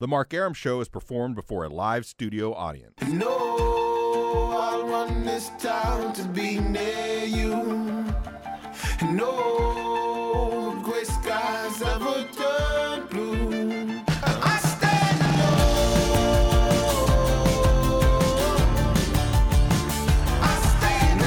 The Mark Aram Show is performed before a live studio audience. No, I want this town to be near you. No, gray skies ever turn blue. I stand alone. I stand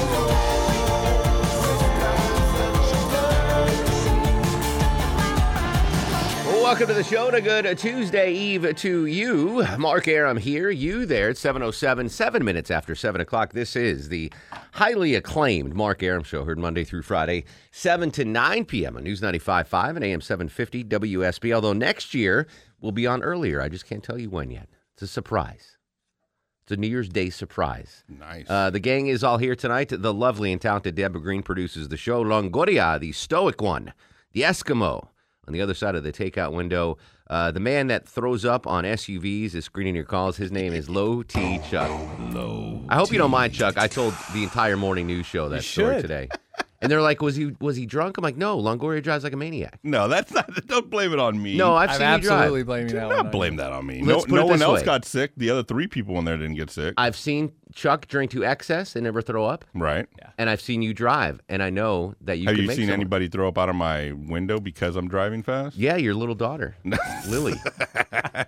Welcome to the show and a good Tuesday Eve to you. Mark Aram here, you there at 707, seven minutes after 7 o'clock. This is the highly acclaimed Mark Aram Show, heard Monday through Friday, 7 to 9 p.m. on News 95.5 and AM 750 WSB. Although next year will be on earlier. I just can't tell you when yet. It's a surprise. It's a New Year's Day surprise. Nice. Uh, the gang is all here tonight. The lovely and talented Deborah Green produces the show. Longoria, the stoic one, the Eskimo on the other side of the takeout window. Uh, the man that throws up on SUVs is screening your calls. His name is Low T Chuck. Low. I hope you don't mind, Chuck. I told the entire morning news show that story should. today, and they're like, "Was he was he drunk?" I'm like, "No, Longoria drives like a maniac." no, that's not. Don't blame it on me. No, I've I'm seen you drive. absolutely blaming do that not one. blame that on me. Let's put no it no one this else way. got sick. The other three people in there didn't get sick. I've seen Chuck drink to excess and never throw up, right? and I've seen you drive, and I know that you. Have can you make seen someone- anybody throw up out of my window because I'm driving fast? Yeah, your little daughter, Lily.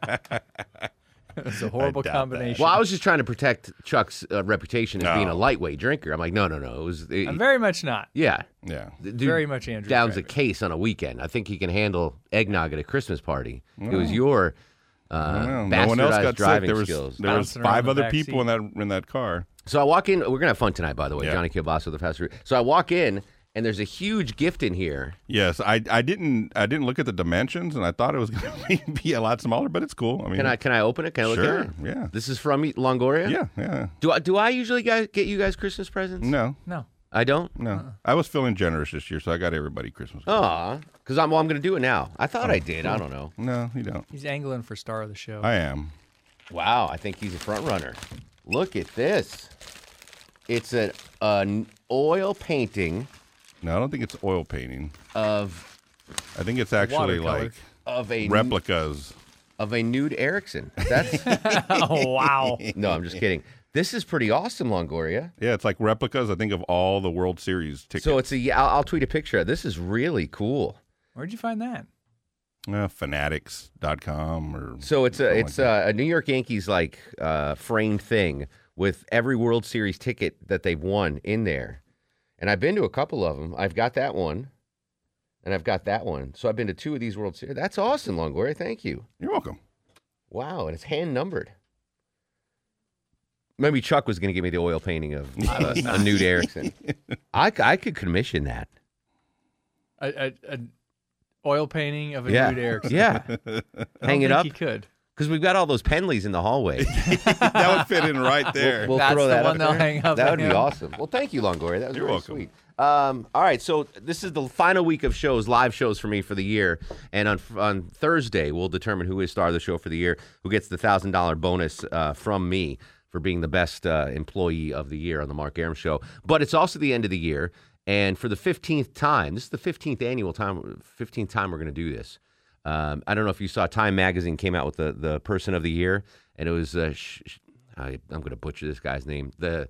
It's a horrible doubt that. combination. Well, I was just trying to protect Chuck's uh, reputation as No. being a lightweight drinker. I'm like, no, no, no. It was, it- I'm very much not. yeah, Yeah. The dude Very much Andrew. Downs a Driver. case on a weekend. I think he can handle eggnog at a Christmas party. It Oh. was your uh, Well, bastardized no one else got sick. driving There was skills. there was Bouncing around five the other back people in that in that car. So I walk in. We're gonna have fun tonight, by the way. Yeah. Johnny Kielbasa, the fast food. So I walk in, and there's a huge gift in here. Yes, I, I didn't I didn't look at the dimensions and I thought it was going to be a lot smaller, but it's cool. I mean, Can I can I open it? Can I look Sure, at it? yeah. This is from Longoria. yeah, yeah. Do I do I usually guys, get you guys Christmas presents? No, No. I don't. no. I was feeling generous this year, so I got everybody Christmas. cards. Aw, because I'm well, I'm gonna do it now. I thought I did. I don't know. Oh. No, you don't. He's angling for star of the show. I am. Wow, I think he's a front runner. Look at this. It's an, an oil painting No, I don't think it's oil painting. of I think it's actually Watercolor. like of a replicas. of a nude Erickson. That's oh wow. no, I'm just kidding. This is pretty awesome, Longoria. Yeah, it's like replicas. I think of all the World Series tickets. So it's a. yeah, I'll, I'll tweet a picture. This is really cool. Where'd you find that? uh, fanatics.com or So it's a something it's like a, a New York Yankees like uh, framed thing with every World Series ticket that they've won in there. And I've been to a couple of them. I've got that one, and I've got that one. So I've been to two of these World Series. That's awesome, Longoria. Thank you. that. You're welcome. Wow, and it's hand numbered. Maybe Chuck was going to give me the oil painting of uh, a nude Erickson. I, c- I could commission that. A, a, a oil painting of a yeah, nude Erickson. yeah. I don't Hang it think up He could. because we've got all those Penleys in the hallway. that would fit in right there. We'll That's throw the that one up they'll there. hang up That would on be him. awesome. Well, thank you, Longoria. That was You're really welcome. sweet. Um, all right, so this is the final week of shows, live shows for me for the year, and on on Thursday we'll determine who is star of the show for the year, who gets the thousand dollar bonus uh, from me for being the best uh, employee of the year on the Mark Aram Show. But it's also the end of the year, and for the fifteenth time, this is the fifteenth annual time, fifteenth time we're going to do this. Um, I don't know if you saw Time Magazine came out with the the person of the year, and it was uh, sh- sh- I, I'm going to butcher this guy's name. The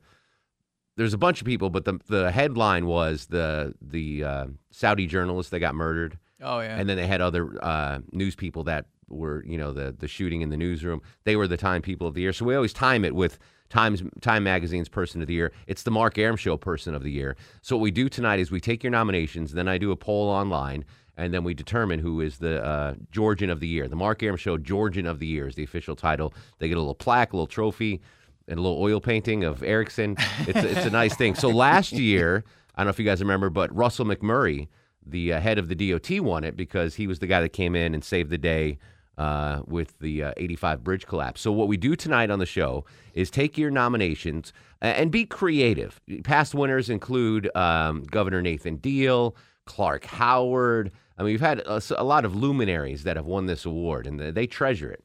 there's a bunch of people, but the the headline was the the uh, Saudi journalist that got murdered, Oh yeah. and then they had other uh, news people that were you know the the shooting in the newsroom. They were the Time People of the Year, so we always time it with Times Time Magazine's Person of the Year. It's the Mark Aram Show Person of the Year. So what we do tonight is we take your nominations, then I do a poll online. And then we determine who is the uh, Georgian of the Year. The Mark Aram Show Georgian of the Year is the official title. They get a little plaque, a little trophy and a little oil painting of Erickson. It's a, it's a nice thing. So last year, I don't know if you guys remember, but Russell McMurray, the uh, head of the DOT, won it because he was the guy that came in and saved the day uh, with the uh, 85 bridge collapse. So what we do tonight on the show is take your nominations a- and be creative. Past winners include um, Governor Nathan Deal, Clark Howard. I mean, we've had a, a lot of luminaries that have won this award, and they they treasure it.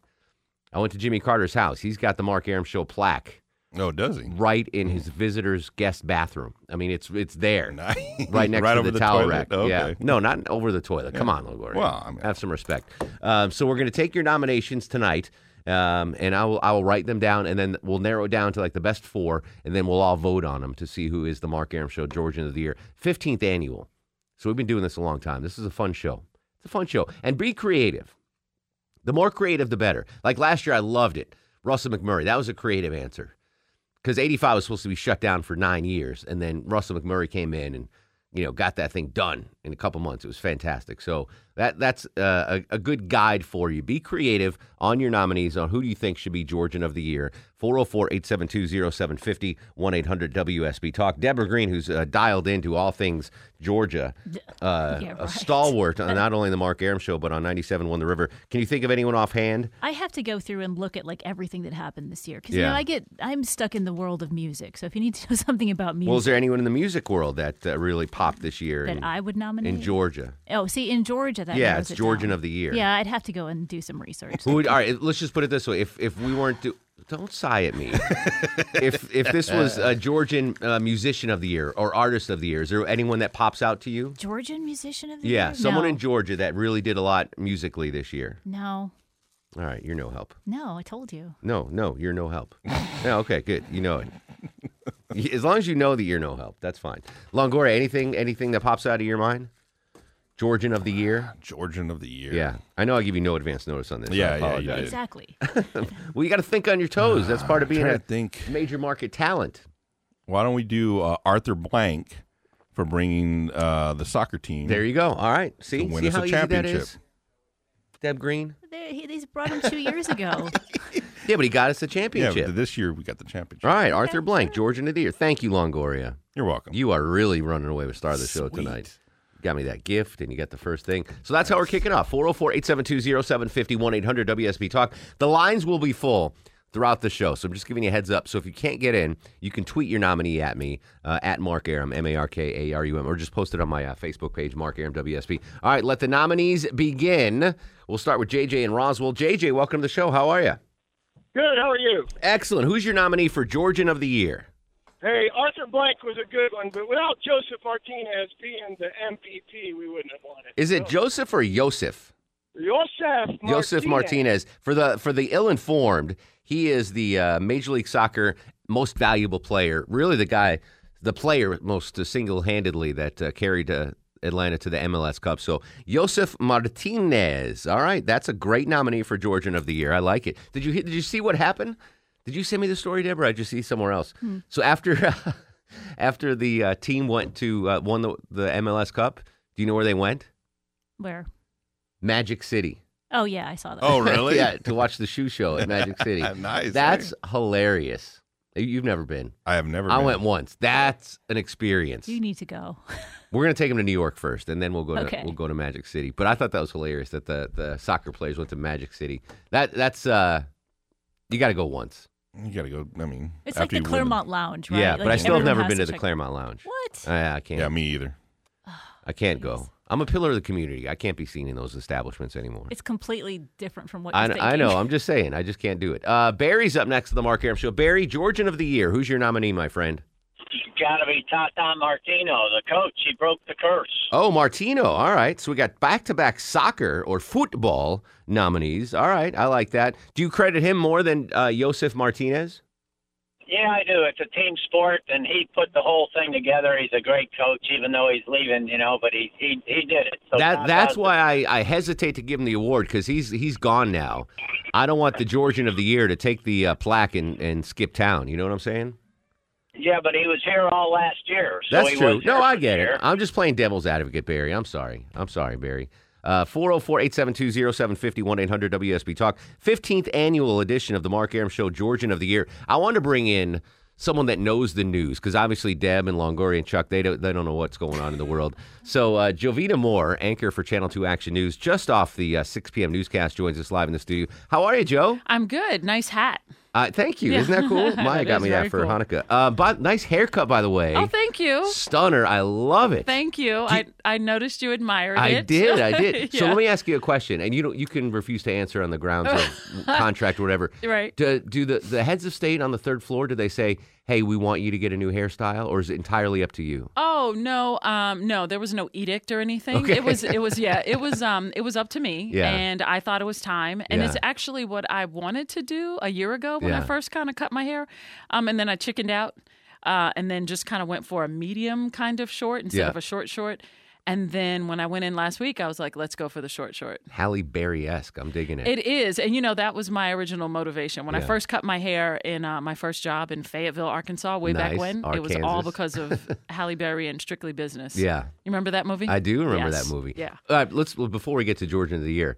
I went to Jimmy Carter's house. He's got the Mark Aram Show plaque Oh, does he? right in his visitor's guest bathroom. I mean, it's it's there, right next to over the, towel toilet. rack. Okay. Yeah, no, not over the toilet. Come on, Longoria. Well, I mean- have some respect. Um, so we're going to take your nominations tonight. Um, and I will I will write them down, and then we'll narrow it down to like the best four, and then we'll all vote on them to see who is the Mark Aram Show Georgian of the Year, fifteenth annual. So we've been doing this a long time. This is a fun show. It's a fun show, and be creative. The more creative, the better. Like last year, I loved it. Russell McMurray, that was a creative answer because 85 was supposed to be shut down for nine years and then russell mcmurray came in and you know got that thing done in a couple months it was fantastic so that that's uh, a, a good guide for you be creative on your nominees on who do you think should be georgian of the year 404-872-0750 1-800-wsb talk deborah green who's uh, dialed into all things georgia uh, Yeah, a right. stalwart on not only the mark aram show but on 97 one the river can you think of anyone offhand I have to go through and look at like everything that happened this year because you Yeah. know I get I'm stuck in the world of music. So if you need to know something about music well is there anyone in the music world that uh, really popped this year that in- I would nominate, in georgia oh, see, in Georgia, that Yeah, narrows it's it Georgian down. of the Year. Yeah, I'd have to go and do some research. Who would, all right, let's just put it this way: if if we weren't do, don't sigh at me. if if this was a Georgian uh, musician of the year or artist of the year, is there anyone that pops out to you? Georgian musician of the year? Yeah, someone no. in Georgia that really did a lot musically this year. No, All right, you're no help. no, I told you. No, no, you're no help. no, okay, good. You know it. Y- As long as you know that you're no help, that's fine. Longoria, anything anything that pops out of your mind? Georgian of the year? Georgian of the year. Yeah. I know I give you no advance notice on this. I Yeah, yeah, you apologize. did. Exactly. Well, you got to think on your toes. That's part of being trying a to think. major market talent. Why don't we do uh, Arthur Blank for bringing uh, the soccer team? There you go. All right. See, To win see us a how easy that championship. is. Deb Green. they, he- they brought him two years ago. Yeah, but he got us a yeah, championship. but this year we got the championship. All right, Arthur Blank, Georgian of the Year. Thank you, Longoria. You're welcome. You are really running away with star of the show Sweet. tonight. Got me that gift, and you got the first thing. So that's how we're kicking off. 404 872 750 800 WSB Talk. The lines will be full throughout the show. So I'm just giving you a heads up. So if you can't get in, you can tweet your nominee at me, uh, at Mark Aram, M A R K A R U M, or just post it on my uh, Facebook page, Mark Aram WSB. All right, let the nominees begin. We'll start with JJ and Roswell. JJ, welcome to the show. How are you? Good. How are you? Excellent. Who's your nominee for Georgian of the Year? Hey, Arthur Blank was a good one, but without Joseph Martinez being the MVP, we wouldn't have won it. Is it Joseph or Yosef? Joseph Martinez? Joseph Martinez for the for the ill-informed. He is the uh, Major League Soccer most valuable player. Really, the guy, the player most uh, single-handedly that uh, carried uh, Atlanta to the MLS Cup. So Joseph Martinez. All right, that's a great nominee for Georgian of the Year. I like it. Did you hear- did you see what happened? Did you send me the story, Deborah? I just see somewhere else. So after after the uh, team went to uh, won the, the MLS Cup, do you know where they went? Where? Magic City. Oh yeah, I saw that. Oh, really? yeah, to watch the shoe show at Magic City. Nice, That's hilarious. You've never been. I have never. I been. went once. That's an experience. You need to go. We're gonna take him to New York first, and then we'll go to Okay. we'll go to Magic City. But I thought that was hilarious that the the soccer players went to Magic City. That that's uh, you got to go once. You gotta go. I mean, It's after like the you win them. Claremont Lounge, right? Yeah, Like, but I still have everyone never has been to to the check- Claremont Lounge. Uh, What? I, I can't. Yeah, me either. I can't go. Jeez. I'm a pillar of the community. I can't be seen in those establishments anymore. It's completely different from what I, you're I thinking. know. I'm just saying. I just can't do it. Uh, Barry's up next to the Mark Aram Show. Barry, Georgian of the Year. Who's your nominee, my friend? Got to be Tata Martino, the coach. He broke the curse. Oh, Martino. All right. So we got back to back soccer or football nominees. All right. I like that. Do you credit him more than uh, Josef Martinez? Yeah, I do. It's a team sport, and he put the whole thing together. He's a great coach, even though he's leaving, you know. But he he, he did it. So that Tata's that's the- why I, I hesitate to give him the award because he's he's gone now. I don't want the Georgian of the Year to take the uh, plaque and, and skip town. You know what I'm saying? Yeah, but he was here all last year. So That's he true. was No, here I for get the it. year. I'm just playing devil's advocate, Barry. I'm sorry. I'm sorry, Barry. Uh, 404 872 0750 800 WSB Talk. 15th annual edition of the Mark Aram Show, Georgian of the Year. I want to bring in someone that knows the news because obviously Deb and Longoria and Chuck, they don't, they don't know what's going on in the world. So uh, Jovita Moore, anchor for Channel 2 Action News, just off the uh, 6 p.m. newscast, joins us live in the studio. How are you, Joe? I'm good. Nice hat. Uh, thank you. Yeah. Isn't that cool? Maya That got is me that very for cool. Hanukkah. Uh, but nice haircut, by the way. Oh, thank you. Stunner. I love it. Thank you. I, I noticed you admired it. I did. I did. So Yeah. let me ask you a question, and you don't, you can refuse to answer on the grounds of contract or whatever. Right. Do, do the, the heads of state on the third floor? Do they say, "Hey, we want you to get a new hairstyle," or is it entirely up to you? Oh no, um, no, there was no edict or anything. Okay. It was, it was, yeah, it was, um, it was up to me, Yeah. and I thought it was time, and it's Yeah. actually what I wanted to do a year ago when Yeah. I first kind of cut my hair, um, and then I chickened out, uh, and then just kind of went for a medium kind of short instead Yeah. of a short short, and then when I went in last week, I was like, let's go for the short short. Halle Berry esque. I'm digging it. It is, and you know that was my original motivation when I first cut my hair in uh, my first job in Fayetteville, Arkansas, way Nice, back when. It was all Arkansas. because of Halle Berry and Strictly Business. yeah, you remember that movie? I do remember Yes. that movie. Yeah, All right, let's well, before we get to Georgian of the Year,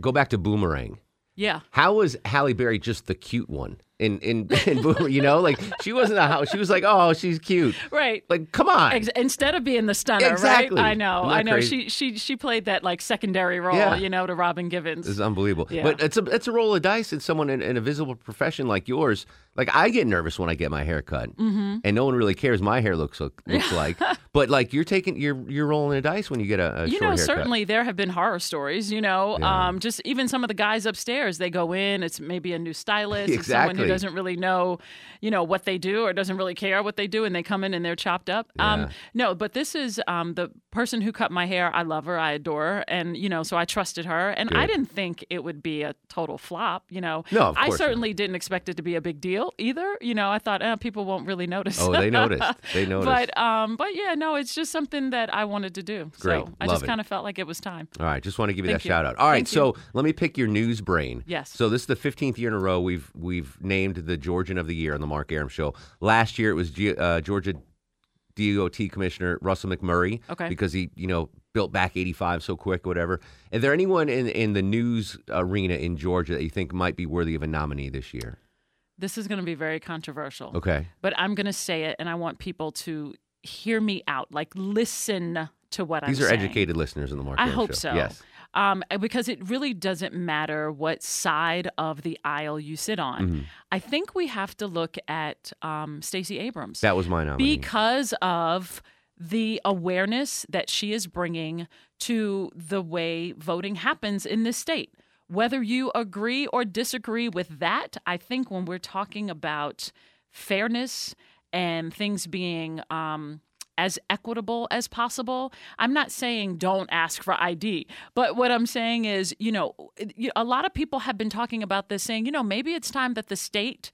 go back to Boomerang. yeah. How was Halle Berry just the cute one in in, in Boomerang? You know, like she wasn't a how she was like, oh, she's cute. Right. Like, come on. Ex- instead of being the stunner, Exactly. right? I know, Isn't that I know. crazy? She she she played that like secondary role, Yeah. you know, to Robin Givens. This is unbelievable. Yeah. But it's a it's a roll of dice. It's someone in, in a visible profession like yours. Like I get nervous when I get my hair cut, mm-hmm. and no one really cares my hair looks look, looks like. But like you're taking you're you're rolling a dice when you get a, a you short know, haircut. certainly there have been horror stories. You know, um, just even some of the guys upstairs, they go in. It's maybe a new stylist, it's someone Exactly. who doesn't really know, you know, what they do or doesn't really care what they do, and they come in and they're chopped up. Yeah. Um, no, but this is um, the person who cut my hair. I love her, I adore her, and you know, so I trusted her, and I Good. didn't think it would be a total flop. You know, No, of I course not. certainly didn't expect it to be a big deal either. You know, I thought eh, people won't really notice. Oh, they noticed. They noticed. But um, but yeah, no, it's just something that I wanted to do. Great. So I Love just it. kind of felt like it was time. All right, just want to give you Thank that you. shout out. All right, Thank you. so let me pick your news brain. Yes. So this is the 15th year in a row we've we've named the Georgian of the Year on the Mark Aram Show. Last year it was G- uh, Georgia DOT Commissioner Russell McMurray. Okay. Because he you know built back 85 so quick, whatever. Is there anyone in in the news arena in Georgia that you think might be worthy of a nominee this year? This is going to be very controversial, Okay. but I'm going to say it, and I want people to hear me out. Like, listen to what I'm These are saying. educated listeners in the Mark I Aram hope Show. so. Yes. Um, because it really doesn't matter what side of the aisle you sit on. Mm-hmm. I think we have to look at um, Stacey Abrams. That was my nominee. because of the awareness that she is bringing to the way voting happens in this state. Whether you agree or disagree with that, I think when we're talking about fairness and things being um, as equitable as possible, I'm not saying don't ask for ID, but what I'm saying is, you know, you- a lot of people have been talking about this, saying, you know, maybe it's time that the state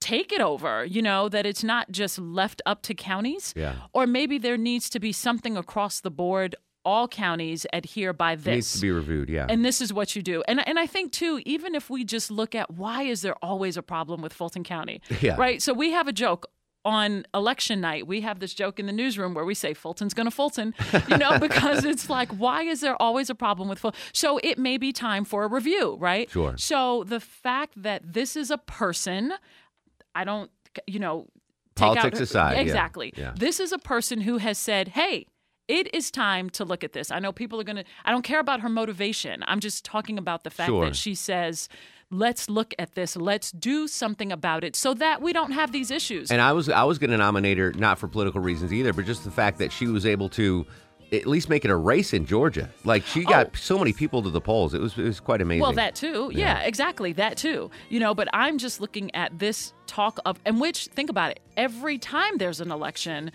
take it over, you know, that it's not just left up to counties. Yeah. Or maybe there needs to be something across the board, all counties adhere by It needs this. to be reviewed. Yeah. and this is what you do. And and I think too, even if we just look at why is there always a problem with Fulton County? Yeah. Right? So we have a joke on election night, we have this joke in the newsroom where we say Fulton's going to Fulton, you know, because it's like, why is there always a problem with Fulton? So it may be time for a review, right? Sure. So the fact that this is a person, I don't, you know, take Politics out, aside, yeah. exactly. Yeah. This is a person who has said, hey. It is time to look at this. I know people are going to, I don't care about her motivation. I'm just talking about the fact Sure. that she says, let's look at this, let's do something about it so that we don't have these issues. And I was I was going to nominate her not for political reasons either, but just the fact that she was able to at least make it a race in Georgia. Like she got Oh. so many people to the polls. It was it was quite amazing. Well, that too. Yeah. exactly. That too. You know, but I'm just looking at this talk of, and which, think about it, every time there's an election,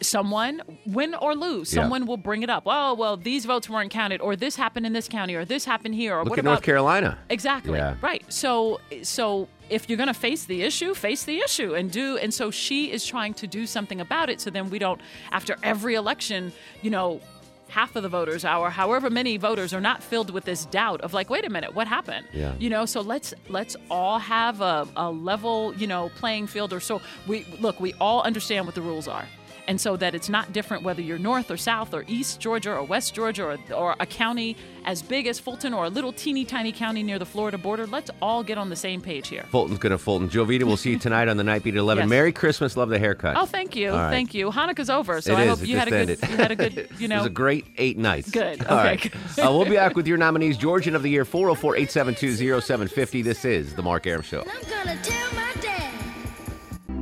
someone, win or lose, Yeah. someone will bring it up. Oh, well, these votes weren't counted, or this happened in this county, or this happened here, or look what at about North Carolina. Exactly. Yeah. Right. So so if you're going to face the issue, face the issue and do and so she is trying to do something about it so then we don't after every election, you know, half of the voters or however many voters are not filled with this doubt of like wait a minute, what happened? Yeah. You know, so let's let's all have a, a level, you know, playing field or so we look, we all understand what the rules are. and so that it's not different whether you're north or south or east Georgia or west Georgia or, or a county as big as Fulton or a little teeny tiny county near the Florida border. Let's all get on the same page here. Fulton's going to Fulton. Jovita, we'll see you tonight on the Night Beat at 11. Yes. Merry Christmas. Love the haircut. Oh, thank you, All right. thank you. Hanukkah's over, so It I is. hope It you had a just good, ended. you had a good, you It was know, a great eight nights. Good. All Okay, right. good. Uh, we'll be back with your nominees. Georgian of the Year, 404 872 0750. This is The Mark Aram Show. I'm gonna tell my dad.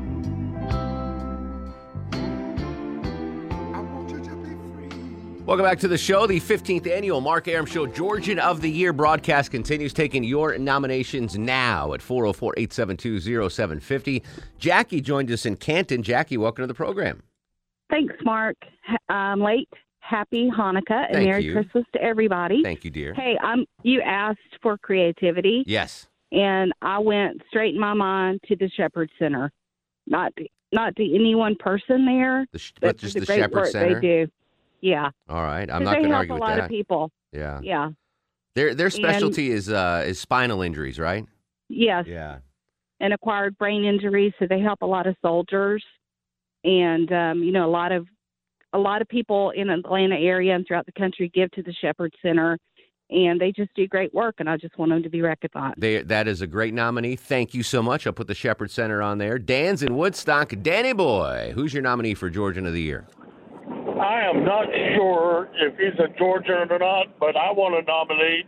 Welcome back to the show. The 15th annual Mark Aram Show Georgian of the Year broadcast continues, taking your nominations now at 404 872 0750. Jackie joined us in Canton. Jackie, welcome to the program. Thanks, Mark. Ha- Um, late. Happy Hanukkah and Thank Merry you. Christmas to everybody. Thank you, dear. Hey, um, you asked for creativity, Yes. and I went straight in my mind to the Shepherd Center, not to, not to any one person there, The, sh- but but just to the great Shepherd work Center. they do. Yeah, All right. I'm 'Cause not they going to help argue a with lot that. of people. Yeah. Yeah, Their their specialty is uh is spinal injuries, right? yes, Yeah. and acquired brain injuries, so they help a lot of soldiers, and um, you know a lot of a lot of people in Atlanta area and throughout the country give to the Shepherd Center, and they just do great work, and I just want them to be recognized. They that is a great nominee. Thank you so much. I'll put the Shepherd Center on there. Dan's in Woodstock. Danny boy, who's your nominee for Georgian of the Year? I am not sure if he's a Georgian or not, but I want to nominate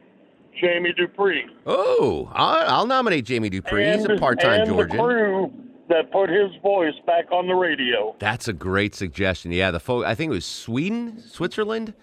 Jamie Dupree. Oh, I'll, I'll nominate Jamie Dupree. He's a And- part-time and Georgian. The crew that put his voice back on the radio. That's a great suggestion. Yeah, the folk. I think it was Sweden, Switzerland,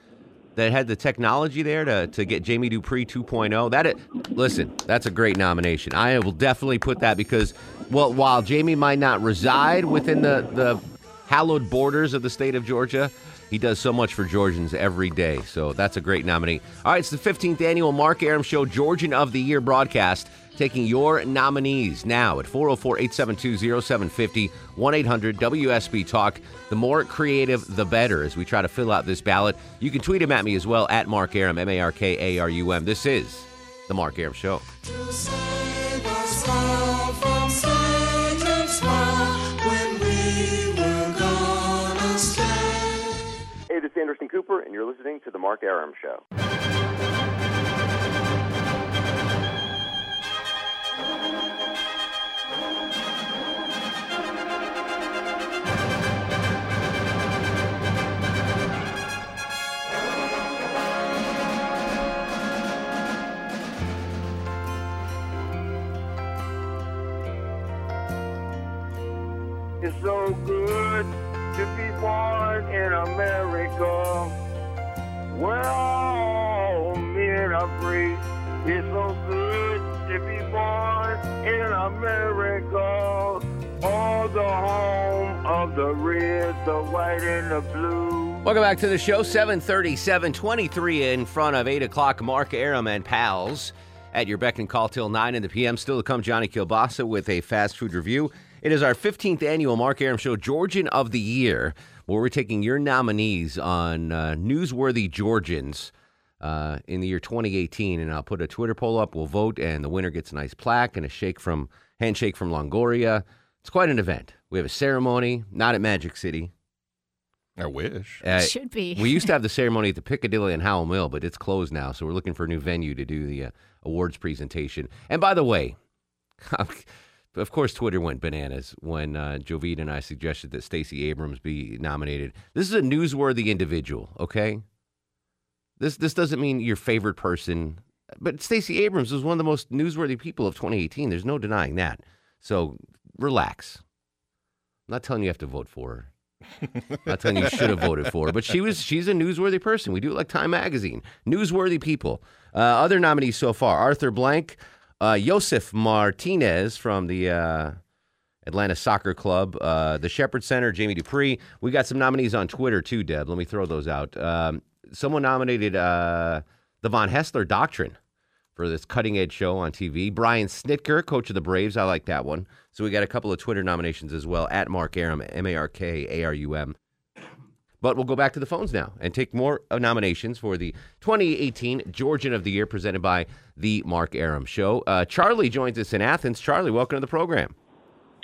that had the technology there to, to get Jamie Dupree 2.0. That it, listen, that's a great nomination. I will definitely put that because, well, while Jamie might not reside within the the hallowed borders of the state of Georgia, he does so much for Georgians every day. So that's a great nominee. All right, it's the 15th annual Mark Aram Show Georgian of the Year broadcast. Taking your nominees now at 404 872 0750 1 800 WSB Talk. The more creative, the better as we try to fill out this ballot. You can tweet him at me as well at Mark Aram, M A R K A R U M. This is The Mark Aram Show. Hey, this is Anderson Cooper, and you're listening to The Mark Aram Show. It's so good to be born in America. We're all men of free. It's so good to be born in America. All the home of the red, the white, and the blue. Welcome back to the show. 737, 23 in front of 8 o'clock. Mark Aram and pals at your beck and call till 9 in the p.m. Still to come, Johnny Kilbasa with a fast food review. It is our 15th annual Mark Aram Show, Georgian of the Year, where we're taking your nominees on uh, newsworthy Georgians uh, in the year 2018. And I'll put a Twitter poll up. We'll vote, and the winner gets a nice plaque and a shake from handshake from Longoria. It's quite an event. We have a ceremony, not at Magic City. I wish. Uh, Should be. we used to have the ceremony at the Piccadilly and Howell Mill, but it's closed now, so we're looking for a new venue to do the uh, awards presentation. And by the way, of course, Twitter went bananas when uh, Jovita and I suggested that Stacey Abrams be nominated. This is a newsworthy individual, okay? This this doesn't mean your favorite person, but Stacey Abrams was one of the most newsworthy people of 2018. There's no denying that. So relax. I'm not telling you have to vote for her. I'm not telling you should have voted for her, but she was she's a newsworthy person. We do it like Time Magazine, newsworthy people. Uh, other nominees so far: Arthur Blank, uh, Yosef Martinez from the uh, Atlanta Soccer Club, uh, the Shepherd Center, Jamie Dupree. We got some nominees on Twitter too, Deb. Let me throw those out. Um, someone nominated uh, the Von Hessler Doctrine for this cutting edge show on TV. Brian Snitker, coach of the Braves. I like that one. So we got a couple of Twitter nominations as well at Mark Arum, M A R K A R U M. But we'll go back to the phones now and take more uh, nominations for the 2018 Georgian of the Year presented by the Mark Aram Show. Uh, Charlie joins us in Athens. Charlie, welcome to the program.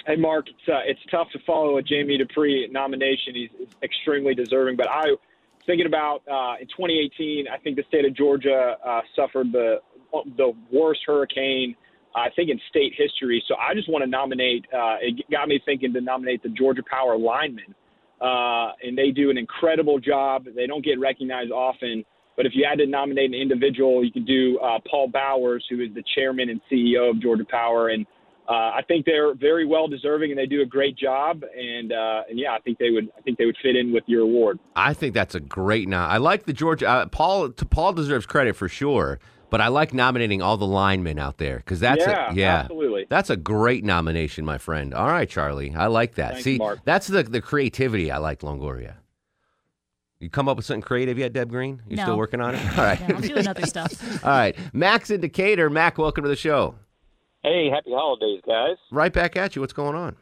Hey, Mark, it's uh, it's tough to follow a Jamie Dupree nomination. He's extremely deserving, but I was thinking about uh, in 2018. I think the state of Georgia uh, suffered the the worst hurricane I think in state history. So I just want to nominate. Uh, it got me thinking to nominate the Georgia Power linemen, uh, and they do an incredible job. They don't get recognized often, but if you had to nominate an individual, you could do uh, Paul Bowers, who is the chairman and CEO of Georgia Power, and uh, I think they're very well deserving, and they do a great job. And uh, and yeah, I think they would I think they would fit in with your award. I think that's a great nom. I like the Georgia uh, Paul. To Paul deserves credit for sure, but I like nominating all the linemen out there because that's Yeah, a, yeah, absolutely. That's a great nomination, my friend. All right, Charlie, I like that. Thanks, See, Mark. that's the the creativity I like, Longoria. You come up with something creative yet, Deb Green? You are No. still working on it? All right. I'm doing other stuff. All right. Max in Decatur. Mac, welcome to the show. Hey, happy holidays, guys. Right back at you. What's going on?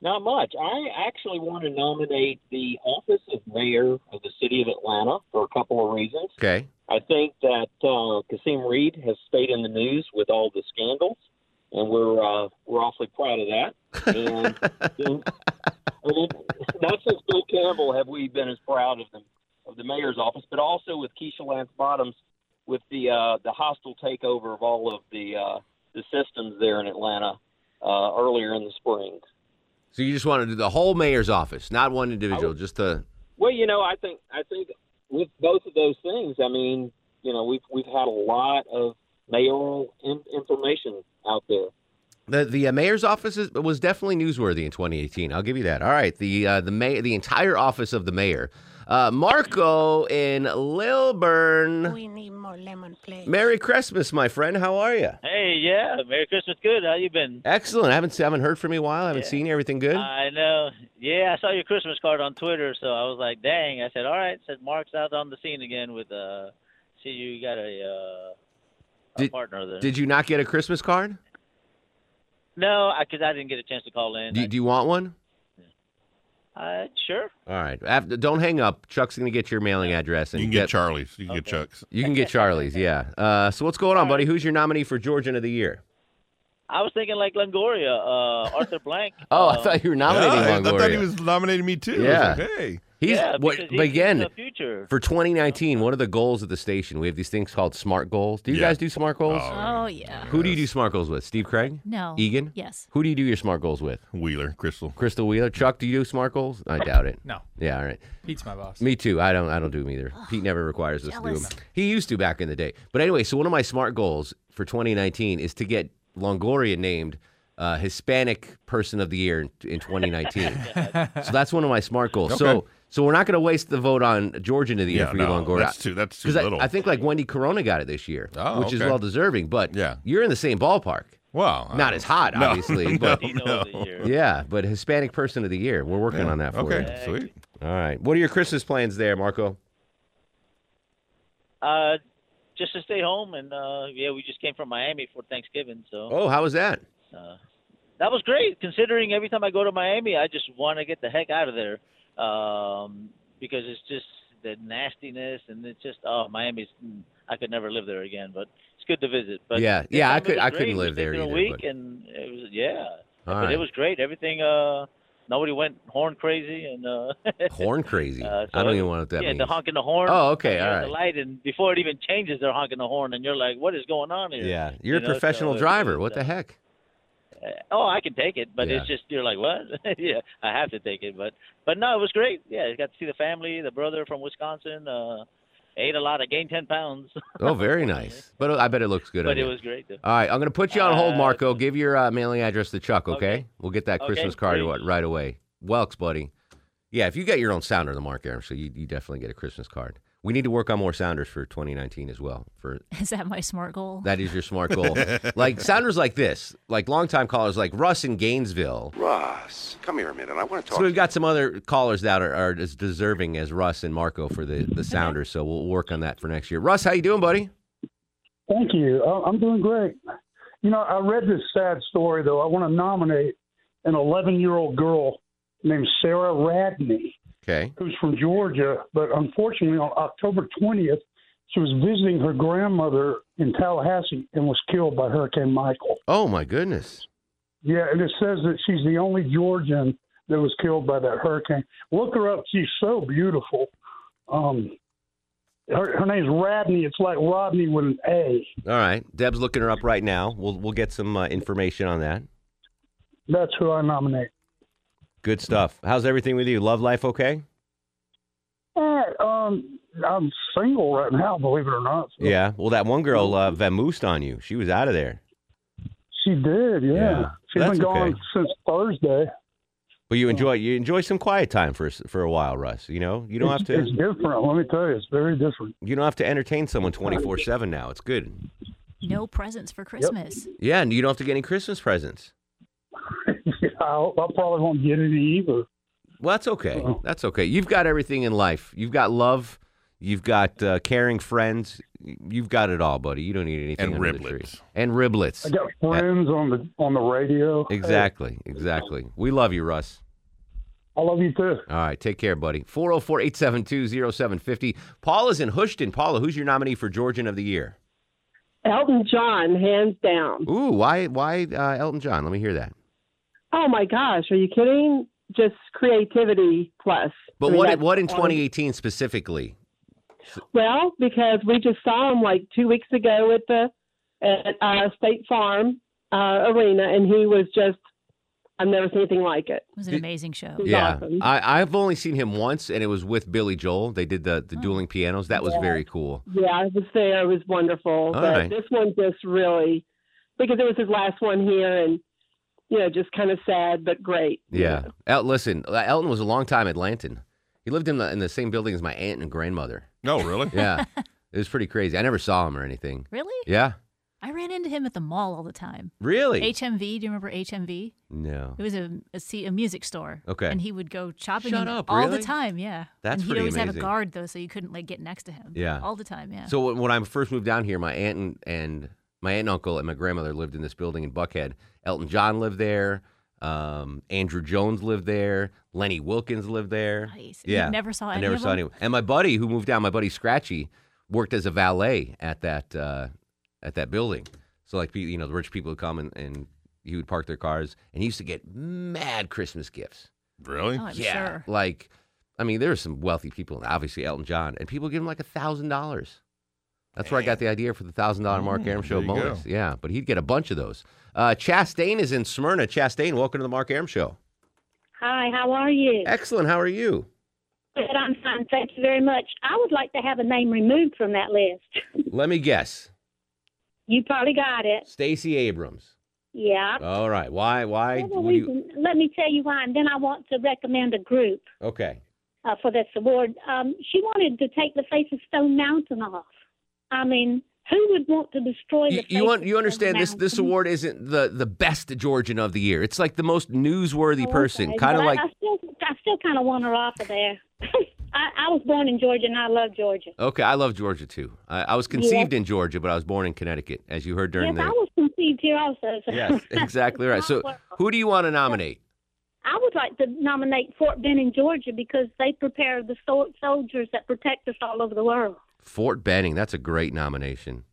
Not much. I actually want to nominate the office of mayor of the city of Atlanta for a couple of reasons. Okay. I think that uh, Kasim Reed has stayed in the news with all the scandals, and we're uh, we're awfully proud of that. And, and, and it- not since Bill Campbell have we been as proud of the of the mayor's office, but also with Keisha Lance Bottoms with the uh, the hostile takeover of all of the uh, the systems there in Atlanta uh, earlier in the spring. So you just want to do the whole mayor's office, not one individual, just the Well, you know, I think I think with both of those things, I mean, you know, we've we've had a lot of mayoral in, information out there. The the uh, mayor's office is, was definitely newsworthy in 2018. I'll give you that. All right, the uh, the may the entire office of the mayor, uh, Marco in Lilburn. We need more lemon, please. Merry Christmas, my friend. How are you? Hey, yeah, Merry Christmas. Good. How you been? Excellent. I haven't se- haven't heard from you in a while. I haven't seen you. Everything good? I know. Yeah, I saw your Christmas card on Twitter, so I was like, dang. I said, all right. said Mark's out on the scene again with uh, see you got a uh, a Did- partner there. Did you not get a Christmas card? No, because I, didn't get a chance to call in. Do, you- do you want one? Uh, sure. All right. After, don't hang up. Chuck's gonna get your mailing address. And you can get, Charlie's. You can get Chuck's. You can get Charlie's. Yeah. Uh, so what's going on, buddy? Who's your nominee for Georgian of the year? I was thinking like Longoria, uh, Arthur Blank. Oh, um, I thought you were nominating Yeah, I- I Longoria. thought he was nominating me too. I was Yeah. like, hey. He's Yeah, what, because but he's again the future. for 2019. One of the goals of the station, we have these things called smart goals. Do you guys do smart goals? Oh yeah. Who do you do smart goals with? Steve Craig? No. Egan? Yes. Who do you do your smart goals with? Wheeler, Crystal. Crystal Wheeler. Chuck, do you do smart goals? I doubt it. No. Yeah, all right. Pete's my boss. Me too. I don't. I don't do them either. Pete never requires us to do jealous. them. He used to back in the day. But anyway, so one of my smart goals for 2019 is to get Longoria named uh, Hispanic Person of the Year in, in 2019. so that's one of my smart goals. So Okay. so we're not going to waste the vote on Georgian of the Year Yeah, for you, no, Longoria. that's too- that's too 'Cause I- little. I, think like Wendy Corona got it this year, Oh, which is okay. well deserving. But yeah. you're in the same ballpark. Wow. Not as hot, No, obviously. no, but no. yeah, but Hispanic Person of the Year. We're working Yeah, on that for okay, you. sweet. All right. What are your Christmas plans there, Marco? Uh, just to stay home, and uh, yeah, we just came from Miami for Thanksgiving, so. Oh, how was that? Uh, that was great. Considering every time I go to Miami, I just want to get the heck out of there um, because it's just the nastiness and it's just oh, Miami's. I could never live there again, but it's good to visit. But Yeah, yeah, I it was could- I great. couldn't We live stayed there for either, A week but- and it was yeah, All but right. it was great. Everything. Uh, nobody went horn crazy and uh, Horn crazy. Uh, so I don't even know what that yeah, means. the honking the horn. uh, Oh, okay, you all know, right. The light and before it even changes, they're honking the horn, and you're like, what is going on here? yeah, you're You a know, professional so it- driver. What the heck? uh, oh, I can take it, but it's Yeah. just you're like, what? yeah, I have to take it, but but no, it was great. Yeah, I got to see the family, the brother from Wisconsin. Uh, ate a lot. I gained ten pounds. Oh, very nice. But I bet it looks good. But on it you. was great, though. All right, I'm going to put you on hold, Uh, Marco. Give your uh, mailing address to Chuck, okay? We'll get that Okay, Christmas card great. right away. Welks, buddy. Yeah, if you got your own sounder, the Mark Aram, so you, you definitely get a Christmas card. We need to work on more sounders for 2019 as well. For Is that my smart goal? that is your smart goal. like sounders like this, like longtime callers like Russ in Gainesville. Russ, come here a minute. I want to talk. So we've got some other callers that are, are as deserving as Russ and Marco for the the Sounders. So we'll work on that for next year. Russ, how you doing, buddy? Thank you. Uh, I'm doing great. You know, I read this sad story, though. I want to nominate an 11 year old girl named Sarah Radney, Okay. who's from Georgia, but unfortunately, on October 20th, she was visiting her grandmother in Tallahassee and was killed by Hurricane Michael. Oh my goodness. Yeah, and it says that she's the only Georgian that was killed by that hurricane. Look her up. She's so beautiful. Um, her, her name's Rodney. It's like Rodney with an A. All right, Deb's looking her up right now. We'll we'll get some uh, information on that. That's who I nominate. Good stuff. How's everything with you? Love life okay? Eh, um, I'm single right now, believe it or not. Yeah. Well, that one girl uh, vamoosed on you. She was out of there. She did, yeah. Yeah, She's that's been gone okay. since Thursday. But Oh. you enjoy you enjoy some quiet time for s- for a while, Russ. You know you don't it's, have to It's different. Let me tell you, it's very different. you don't have to entertain someone twenty four seven now. It's good. No presents for Christmas. Yeah, and you don't have to get any Christmas presents. I, I probably won't get any either. Well, that's okay. That's okay. You've got everything in life. You've got love. You've got uh, caring friends. You've got it all, buddy. You don't need anything. And under the tree. And riblets. I got friends on the on the radio. Hey, Exactly. Exactly. We love you, Russ. I love you too. All right. Take care, buddy. 404 872 0750. Paula's in Houston. Paula, who's your nominee for Georgian of the Year? Elton John, hands down. Ooh, why why uh, Elton John? Let me hear that. Oh my gosh, are you kidding? Just creativity plus. I But mean, what that's what in all- 2018 specifically? Well, because we just saw him like two weeks ago at the at uh, State Farm uh, Arena, and he was just I've never seen anything like it. It was an amazing show. Yeah, I, I've only seen him once, and it was with Billy Joel. They did the, the dueling pianos. That was Yeah. very cool. Yeah, I was there. It was wonderful. but right. this one just really, because it was his last one here and, you know, just kind of sad, but great. Yeah. El- listen, uh, Elton was a long time Atlantan. He lived in the, in the same building as my aunt and grandmother. No, really? Yeah. it was pretty crazy. I never saw him or anything. Really? Yeah. I ran into him at the mall all the time. Really? HMV. Do you remember HMV? no. It was a a, se- a music store. Okay. And he would go shopping Shut in up, all really? the time. Yeah. That's and he'd pretty always have a amazing. guard though, so you couldn't like get next to him. Yeah. All the time. Yeah. So when- when I first moved down here, my aunt and, and my aunt and uncle and my grandmother lived in this building in Buckhead. Elton John lived there. Um, Andrew Jones lived there. Lenny Wilkins lived there. Nice. And you never saw I any never of saw them? anyone. And my buddy who moved down, my buddy Scratchy, worked as a valet at that uh, at that building. So like pe- you know, the rich people would come and, and he would park their cars, and he used to get mad Christmas gifts. Really? Oh, I'm yeah. sure. Like, I mean, there are some wealthy people, and obviously Elton John, and people give him like a thousand dollars. That's where I got the idea for the thousand dollar Mark Mm, Aram Show there you go. bonus. Yeah, but he'd get a bunch of those. Uh, Chastain is in Smyrna. Chastain, welcome to the Mark Aram Show. Hi, how are you? Excellent. How are you? Good, I'm fine. Thank you very much. I would like to have a name removed from that list. Let me guess. You probably got it. Stacey Abrams. Yeah. All right. Why? Why Well, would you? we- Let me tell you why, and then I want to recommend a group Okay. uh, for this award. Um, she wanted to take the face of Stone Mountain off. I mean, who would want to destroy the You, face you, un- of you understand this? This award isn't the the best Georgian of the year. It's like the most newsworthy Oh, person, okay, kind of but I- like. I still, I still kind of want her off of there. I, I was born in Georgia, and I love Georgia. Okay, I love Georgia too. I, I was conceived in Georgia, but I was born in Connecticut, as you heard during yes, I the. was conceived here also. So. Yes, exactly right. So, who do you want to nominate? I would like to nominate Fort Benning, Georgia, because they prepare the so- soldiers that protect us all over the world. Fort Benning. That's a great nomination.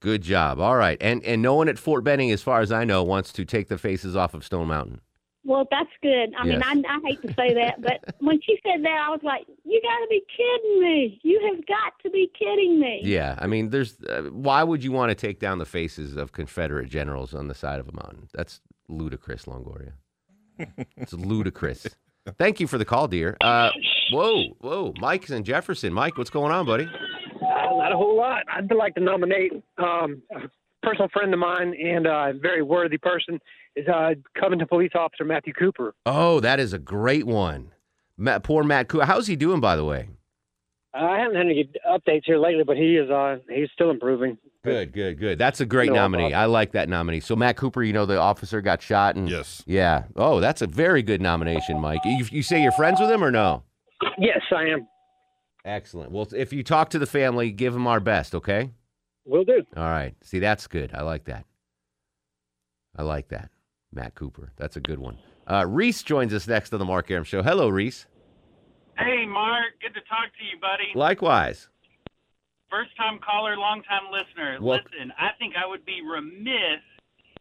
Good job. All right, and and no one at Fort Benning, as far as I know, wants to take the faces off of Stone Mountain. Well, that's good. I mean, Yes. I, I hate to say that, but when she said that, I was like, "You got to be kidding me! You have got to be kidding me!" Yeah, I mean, there's. Uh, why would you want to take down the faces of Confederate generals on the side of a mountain? That's ludicrous, Longoria. It's ludicrous. Thank you for the call, dear. Uh, whoa, whoa, Mike's in Jefferson. Mike, what's going on, buddy? Uh, not a whole lot. I'd like to nominate um, a personal friend of mine and a very worthy person is uh, Covington Police Officer Matthew Cooper. Oh, that is a great one. Matt, poor Matt Coo. How's he doing, by the way? Uh, I haven't had any updates here lately, but he is uh, he's still improving. Good, good, good. That's a great No, uh, I'm nominee. I like that nominee. So Matt Cooper, you know, the officer got shot, and yes, yeah. Oh, that's a very good nomination, Mike. You, you say you're friends with him or no? Yes, I am. Excellent. Well, if you talk to the family, give them our best, okay? Will do. All right. See, that's good. I like that. I like that. Matt Cooper. That's a good one. Uh, Reese joins us next on the Mark Aram Show. Hello, Reese. Hey, Mark. Good to talk to you, buddy. Likewise. First time caller, long time listener. Wel- Listen, I think I would be remiss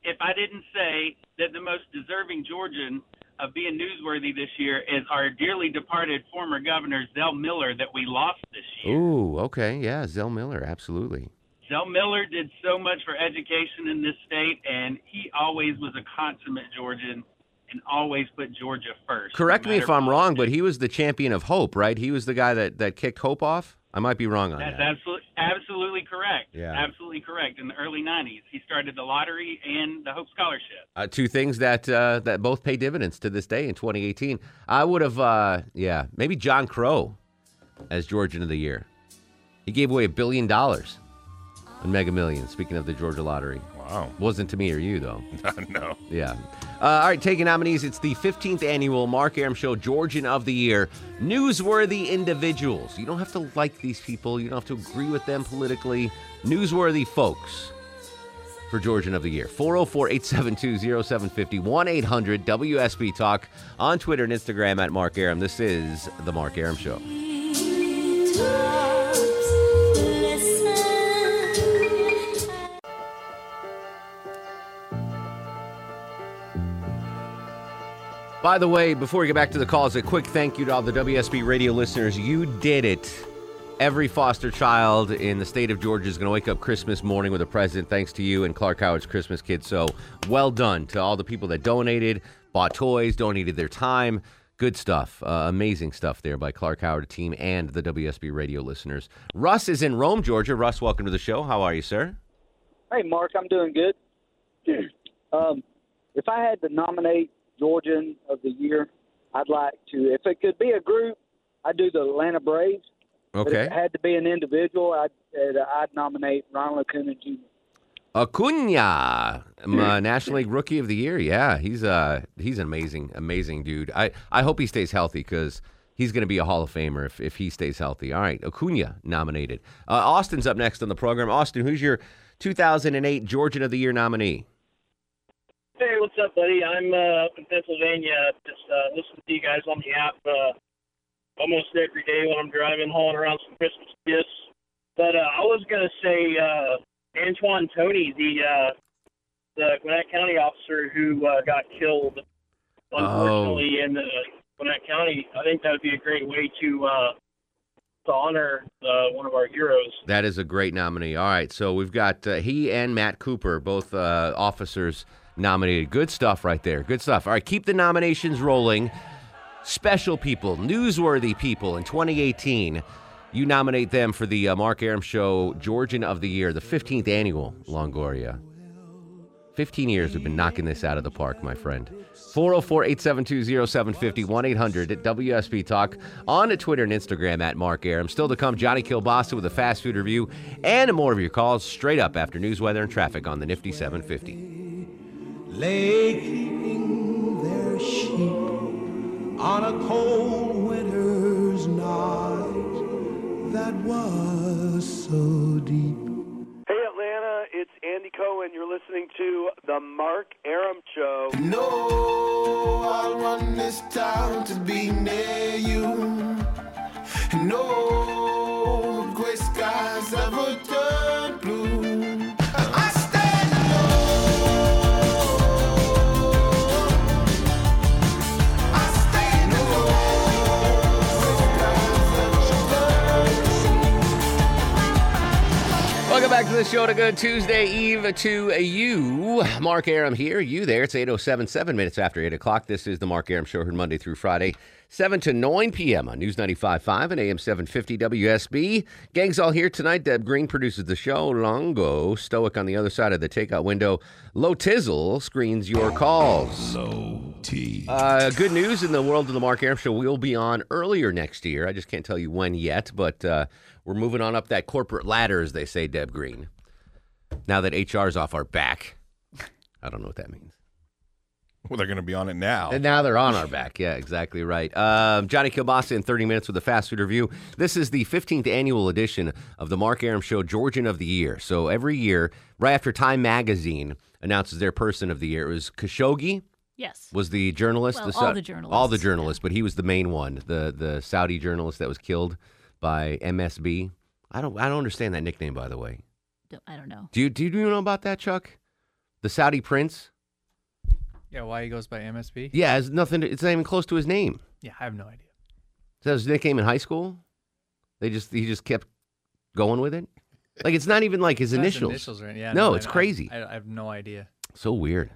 if I didn't say that the most deserving Georgian of being newsworthy this year is our dearly departed former governor Zell Miller that we lost this year. Ooh, okay, yeah, Zell Miller, absolutely. Zell Miller did so much for education in this state, and he always was a consummate Georgian and always put Georgia first. Correct no me matter if I'm wrong, but he was the champion of hope, right? He was the guy that that kicked hope off. I might be wrong on That's that. absolutely absolutely correct. Yeah. Absolutely correct. In the early '90s, he started the lottery and the Hope Scholarship. Uh, two things that uh, that both pay dividends to this day in 2018. I would have, uh, yeah, maybe John Crow as Georgian of the Year. He gave away a billion dollars on Mega Millions. Speaking of the Georgia lottery, wow, wasn't to me or you though. no. Yeah. Uh, all right, taking nominees. It's the 15th annual Mark Aram Show Georgian of the Year. Newsworthy individuals. You don't have to like these people. You don't have to agree with them politically. Newsworthy folks for Georgian of the Year. 404 872 0750 1 800 WSB Talk on Twitter and Instagram at Mark Aram. This is The Mark Aram Show. By the way, before we get back to the calls, a quick thank you to all the WSB radio listeners. You did it. Every foster child in the state of Georgia is going to wake up Christmas morning with a present thanks to you and Clark Howard's Christmas Kids. So well done to all the people that donated, bought toys, donated their time. Good stuff. Uh, amazing stuff there by Clark Howard team and the WSB radio listeners. Russ is in Rome, Georgia. Russ, welcome to the show. How are you, sir? Hey, Mark, I'm doing good. um, if I had to nominate Georgian of the year, I'd like to. If it could be a group, I'd do the Atlanta Braves. But Okay. if it had to be an individual, I'd uh, I'd nominate Ronald Acuna Jr. Acuna, um, uh, National League Rookie of the Year. Yeah, he's uh he's an amazing, amazing dude. I I hope he stays healthy because he's going to be a Hall of Famer if if he stays healthy. All right, Acuna nominated. Uh, Austin's up next on the program. Austin, who's your 2008 Georgian of the Year nominee? Hey, what's up, buddy? I'm uh, up in Pennsylvania. Just uh, listening to you guys on the app uh, almost every day when I'm driving, hauling around some Christmas gifts. But uh, I was gonna say uh, Antoine Tony, the uh, the Gwinnett County officer who uh, got killed, unfortunately, in the Gwinnett County. I think that would be a great way to uh, to honor uh, one of our heroes. That is a great nominee. All right, so we've got uh, he and Matt Cooper, both uh, officers nominated. Good stuff right there. Good stuff. All right, keep the nominations rolling. Special people, newsworthy people in 2018. You nominate them for the uh, Mark Aram Show Georgian of the Year, the 15th annual Longoria. 15 years have been knocking this out of the park, my friend. 404 872 0750 1 800 at WSB Talk on Twitter and Instagram at Mark Aram. Still to come, Johnny Kilbasa with a fast food review and more of your calls straight up after news, weather, and traffic on the Nifty 750. Lay keeping their sheep on a cold winter's night that was so deep. Hey, Atlanta, it's Andy Cohen. You're listening to The Mark Aram Show. No, I want this town to be near you. No, the gray skies ever turn blue. I stand Welcome back to the show to Good Tuesday Eve to you. Mark Aram here, you there. It's 8.07, seven minutes after 8 o'clock. This is the Mark Aram Show, heard Monday through Friday, 7 to 9 p.m. on News 95.5 and AM 750 WSB. Gang's all here tonight. Deb Green produces the show. Longo, stoic on the other side of the takeout window. Low Tizzle screens your calls. Low T. Uh, good news in the world of the Mark Aram Show. We'll be on earlier next year. I just can't tell you when yet, but uh, we're moving on up that corporate ladder, as they say, Deb Green. Now that HR's off our back. I don't know what that means. Well, they're going to be on it now. And now they're on our back. Yeah, exactly right. Um, Johnny Kilbasa in 30 minutes with a fast food review. This is the 15th annual edition of the Mark Aram Show Georgian of the Year. So every year, right after Time Magazine announces their Person of the Year, it was Khashoggi. Yes. Was the journalist Well, the all Sau- the journalists, all the journalists, but he was the main one, the the Saudi journalist that was killed by MSB. I don't I don't understand that nickname by the way. Don't- I don't know. Do you do you know about that, Chuck? The The Saudi prince? Yeah, why he goes by MSB? Yeah, it's nothing. To, it's not even close to his name. Yeah, I have no idea. Is that his nickname in high school? They just he just kept going with it. Like it's not even like his Not initials. initials or any- yeah, no, I- it's I- crazy. I, I have no idea. So weird.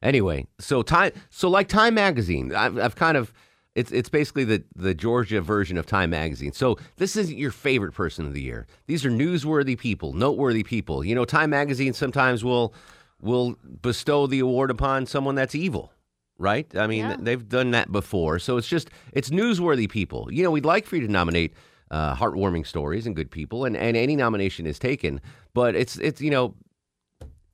Anyway, so time, so like Time Magazine, I've, I've kind of, it's it's basically the the Georgia version of Time Magazine. So this isn't your favorite person of the year. These are newsworthy people, noteworthy people. You know, Time Magazine sometimes will will bestow the award upon someone that's evil, right? I mean, Yeah. they've done that before. So it's just it's newsworthy people. You know, we'd like for you to nominate uh, heartwarming stories and good people, and and any nomination is taken. But it's it's you know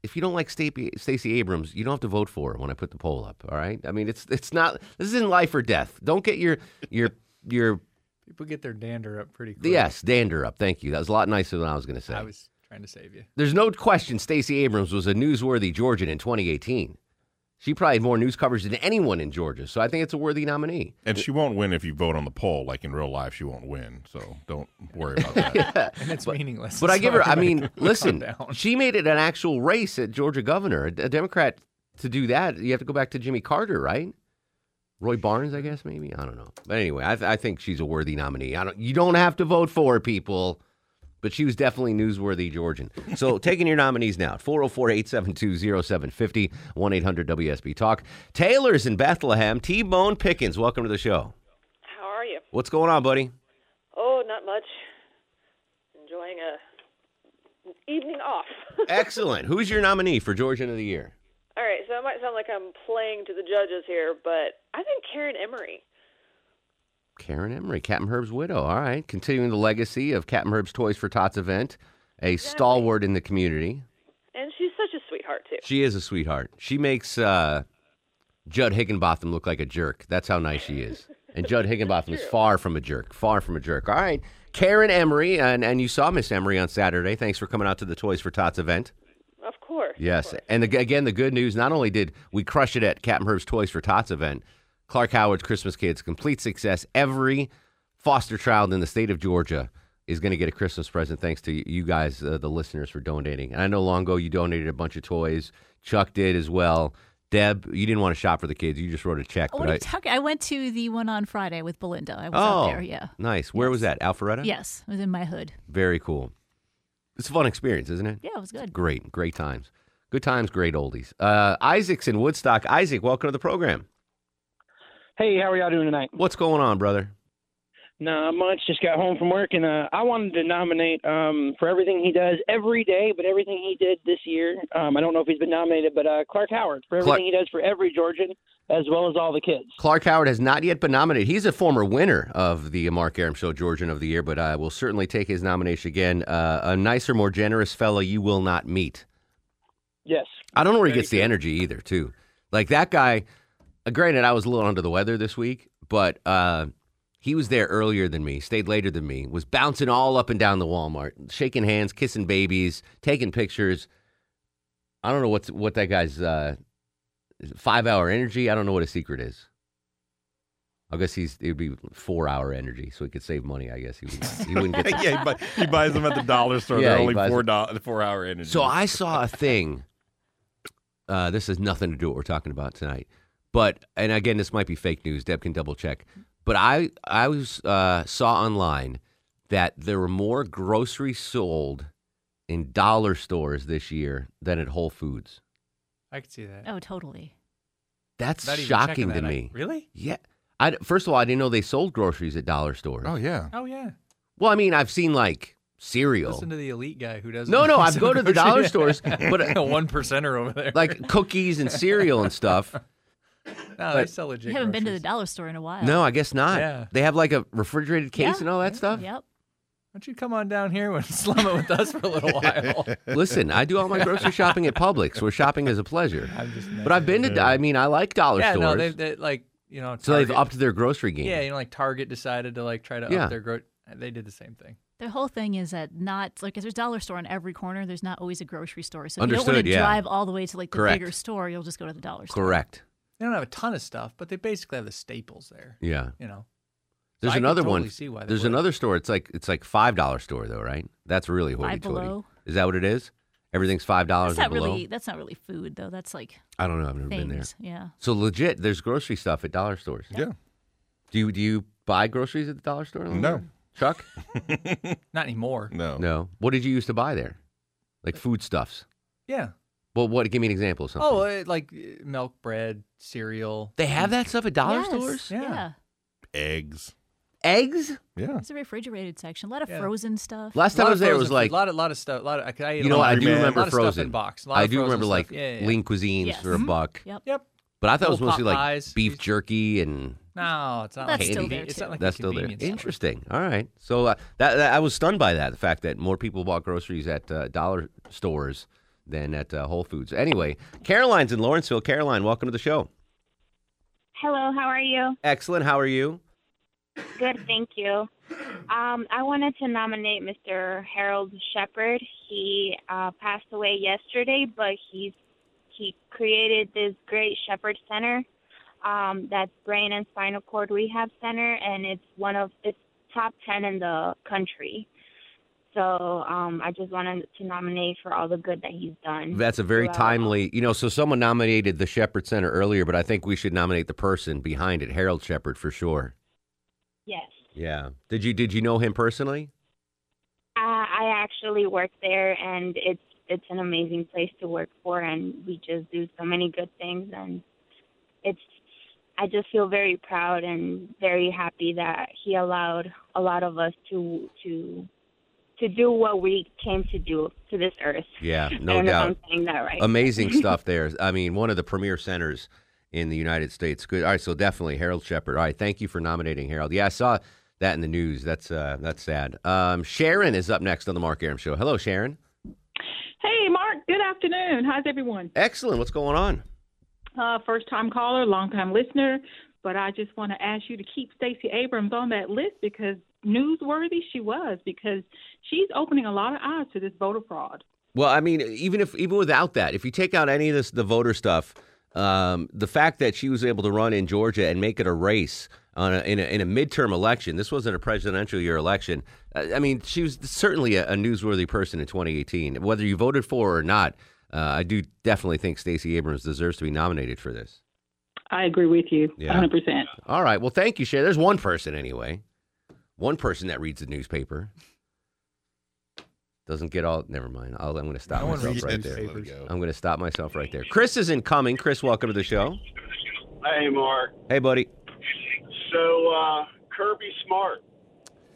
if you don't like Stacey, Stacey Abrams, you don't have to vote for her when I put the poll up. All right. I mean, it's it's not. This isn't life or death. Don't get your your your People get their dander up pretty quick. yes dander up. Thank you. That was a lot nicer than I was going to say. I was trying to save you. There's no question Stacey Abrams was a newsworthy Georgian in 2018. She probably had more news coverage than anyone in Georgia. So I think it's a worthy nominee. And she won't win if you vote on the poll. Like in real life, she won't win. So don't worry about that. And it's meaningless. But I so give her. I everybody mean, can calm listen, down. she made it an actual race at Georgia governor, a, a Democrat. To do that, you have to go back to Jimmy Carter, right? Roy Barnes, I guess, maybe. I don't know. But anyway, I, th- I think she's a worthy nominee. I don't. You don't have to vote for her, people. But she was definitely newsworthy Georgian. So taking your nominees now 404 872 0750 1 800 WSB Talk. Taylor's in Bethlehem. T Bone Pickens, welcome to the show. How are you? What's going on, buddy? Oh, not much. Enjoying a an evening off. Excellent. Who's your nominee for Georgian of the Year? All right, so it might sound like I'm playing to the judges here, but I think Karen Emery. Karen Emery, Captain Herb's widow. All right. Continuing the legacy of Captain Herb's Toys for Tots event, a stalwart in the community. And she's such a sweetheart too. She is a sweetheart. She makes uh, Judd Higginbotham look like a jerk. That's how nice she is. And Judd Higginbotham is far from a jerk. Far from a jerk. All right. Karen Emery, and, and you saw Miss Emery on Saturday. Thanks for coming out to the Toys for Tots event. Of course. Yes. And the, again, the good news not only did we crush it at Captain Herb's Toys for Tots event, Clark Howard's Christmas Kids, complete success. Every foster child in the state of Georgia is going to get a Christmas present thanks to you guys, uh, the listeners, for donating. And I know long ago you donated a bunch of toys. Chuck did as well. Deb, you didn't want to shop for the kids. You just wrote a check. I but want I- to talk. I went to the one on Friday with Belinda. I was oh, out there. Yeah. nice. Where was that? Alpharetta? Yes, it was in my hood. Very cool. It's a fun experience, isn't it? Yeah, it was good. Great, great times. Good times, great oldies. Uh, Isaac's in Woodstock. Isaac, welcome to the program. Hey, how are y'all doing tonight? What's going on, brother? Not much. Just got home from work, and uh, I wanted to nominate um, for everything he does every day, but everything he did this year. Um, I don't know if he's been nominated, but uh, Clark Howard for everything Clark- he does for every Georgian, as well as all the kids. Clark Howard has not yet been nominated. He's a former winner of the Mark Aram Show Georgian of the Year, but I will certainly take his nomination again. Uh, a nicer, more generous fellow you will not meet. Yes. I don't know where he gets the energy either, too. Like that guy. uh, Granted, I was a little under the weather this week, but uh, he was there earlier than me, stayed later than me, was bouncing all up and down the Walmart, shaking hands, kissing babies, taking pictures. I don't know what's what that guy's uh, five hour energy. I don't know what his secret is. I guess he's it would be four hour energy, so he could save money. I guess he would. He wouldn't get. yeah, he, buy, he buys them at the dollar store. Yeah, They're he only buys four them. dollars, four hour energy. So I saw a thing. Uh, this has nothing to do with what we're talking about tonight, but and again, this might be fake news. Deb can double check. But I I was uh, saw online that there were more groceries sold in dollar stores this year than at Whole Foods. I could see that. Oh, totally. That's Not even checking shocking to that. I- me. really? Yeah. I, first of all, I didn't know they sold groceries at dollar stores. Oh yeah. Oh yeah. Well, I mean, I've seen like cereal. Listen to the elite guy who doesn't. No, no, I so go to the much- dollar stores, but- a one percenter over there. like cookies and cereal and stuff. no, Oh, they sell You legit. haven't been to the dollar store in a while. No, I guess not. Yeah. They have like a refrigerated case Yeah, and all that stuff. Yep. Why don't you come on down here and slum it with us for a little while? Listen, I do all my grocery shopping at Publix, where shopping is a pleasure. just But I've been to, I mean, I like dollar yeah, stores. no, they, they like you know. so they've Target- upped their grocery game. Yeah, you know, like Target decided to like try to Yeah. up their gro. They did the same thing. The whole thing is that not like if there's a dollar store on every corner, there's not always a grocery store. So if you don't want Understood, to yeah. drive all the way to like the Correct. bigger store, you'll just go to the dollar store. Correct. They don't have a ton of stuff, but they basically have the staples there. Yeah. you know. There's I could another one. totally see why they There's would. another store. It's like it's like five dollar store though, right? That's really hoity Five toity. Below. Is that what it is? Everything's five dollars That's not or below. really. That's not really food though. That's like I don't know. I've never been there. things, yeah. So legit, there's grocery stuff at dollar stores. Yeah. Do you do you buy groceries at the dollar store? No. Chuck. Not anymore. No. No. What did you used to buy there? Like foodstuffs. Yeah. Well, what? Give me an example of something. Oh, uh, like uh, milk, bread, cereal. They have that stuff at dollar Yes, stores? Yeah. Eggs. Eggs? Yeah. It's a refrigerated section. A lot of Yeah. frozen stuff. Last time I was there, it was frozen food, like- lot of lot of stuff. lot of, I, I ate You Oh, a know what? lot I of- do remember lot of Frozen. Stuff in box. A lot I of do frozen remember stuff. like yeah, yeah, yeah. lean cuisines Yes. for a Mhm. buck. Yep. Yep. But I thought it was Little mostly pot like pies. beef jerky and No, it's not. That's like still conven- there, It's too. not like that's a still there. convenience store. Interesting. All right. So uh, that, that- I was stunned by that the fact that more people bought groceries at uh, dollar stores than at uh, Whole Foods. Anyway, Caroline's in Lawrenceville. Caroline, welcome to the show. Hello, how are you? Excellent. How are you? Good, thank you. Um, I wanted to nominate Mr. Harold Shepard. He uh, passed away yesterday, but he's he created this great Shepherd Center um, that's brain and spinal cord rehab center, and it's one of it's top ten in the country. So um, I just wanted to nominate for all the good that he's done. That's a very throughout. timely, you know. So someone nominated the Shepherd Center earlier, but I think we should nominate the person behind it, Harold Shepherd, for sure. Yes, Yeah. Did you did you know him personally? uh, I actually work there, and it's it's an amazing place to work for, and we just do so many good things, and it's I just feel very proud and very happy that he allowed a lot of us to to to do what we came to do to this earth. Yeah, I no don't Know doubt. if I'm saying that right. Amazing stuff there. I mean, one of the premier centers in the United States. Good. All right, so definitely Harold Shepard. All right, thank you for nominating Harold. Yeah, I saw that in the news. That's uh that's sad. Um Sharon is up next on the Mark Aram show. Hello, Sharon. Hey, Mark. Good afternoon. How's everyone? Excellent. What's going on? Uh, first time caller, long time listener. But I just want to ask you to keep Stacey Abrams on that list because newsworthy she was because she's opening a lot of eyes to this voter fraud. Well, I mean, even if even without that, if you take out any of this the voter stuff, um, the fact that she was able to run in Georgia and make it a race on a, in, a, in a midterm election, this wasn't a presidential year election. Uh, I, I mean, she was certainly a, a newsworthy person in 2018. Whether you voted for her or not, uh, I do definitely think Stacey Abrams deserves to be nominated for this. I agree with you, Yeah. 100%. All right. Well, thank you, Shay. There's one person anyway, one person that reads the newspaper. Doesn't get all. Never mind. I'll, I'm going to stop No one myself reads right there. newspapers. I'm going to stop myself right there. Chris is incoming. Chris, welcome to the show. Hey, Mark. Hey, buddy. So uh, Kirby Smart,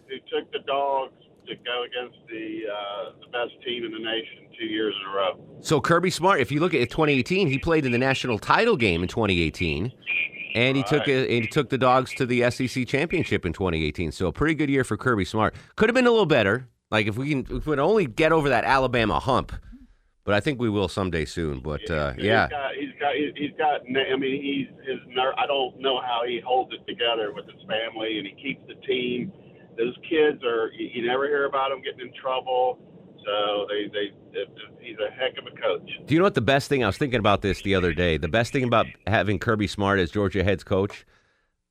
who took the dogs to go against the uh, the best team in the nation two years in a row. So Kirby Smart, if you look at 2018, he played in the national title game in 2018, and he took a, and he took the dogs to the SEC championship in 2018. So a pretty good year for Kirby Smart. Could have been a little better. Like if we can, if we would only get over that Alabama hump, but I think we will someday soon. But uh, yeah. He's got, he's got, he's- he's got, na- I mean, he's, his ner- I don't know how he holds it together with his family and he keeps the team. Those kids are, you, you never hear about them getting in trouble. So they, they, he's a heck of a coach. Do you know what the best thing? I was thinking about this the other day. The best thing about having Kirby Smart as Georgia head's coach,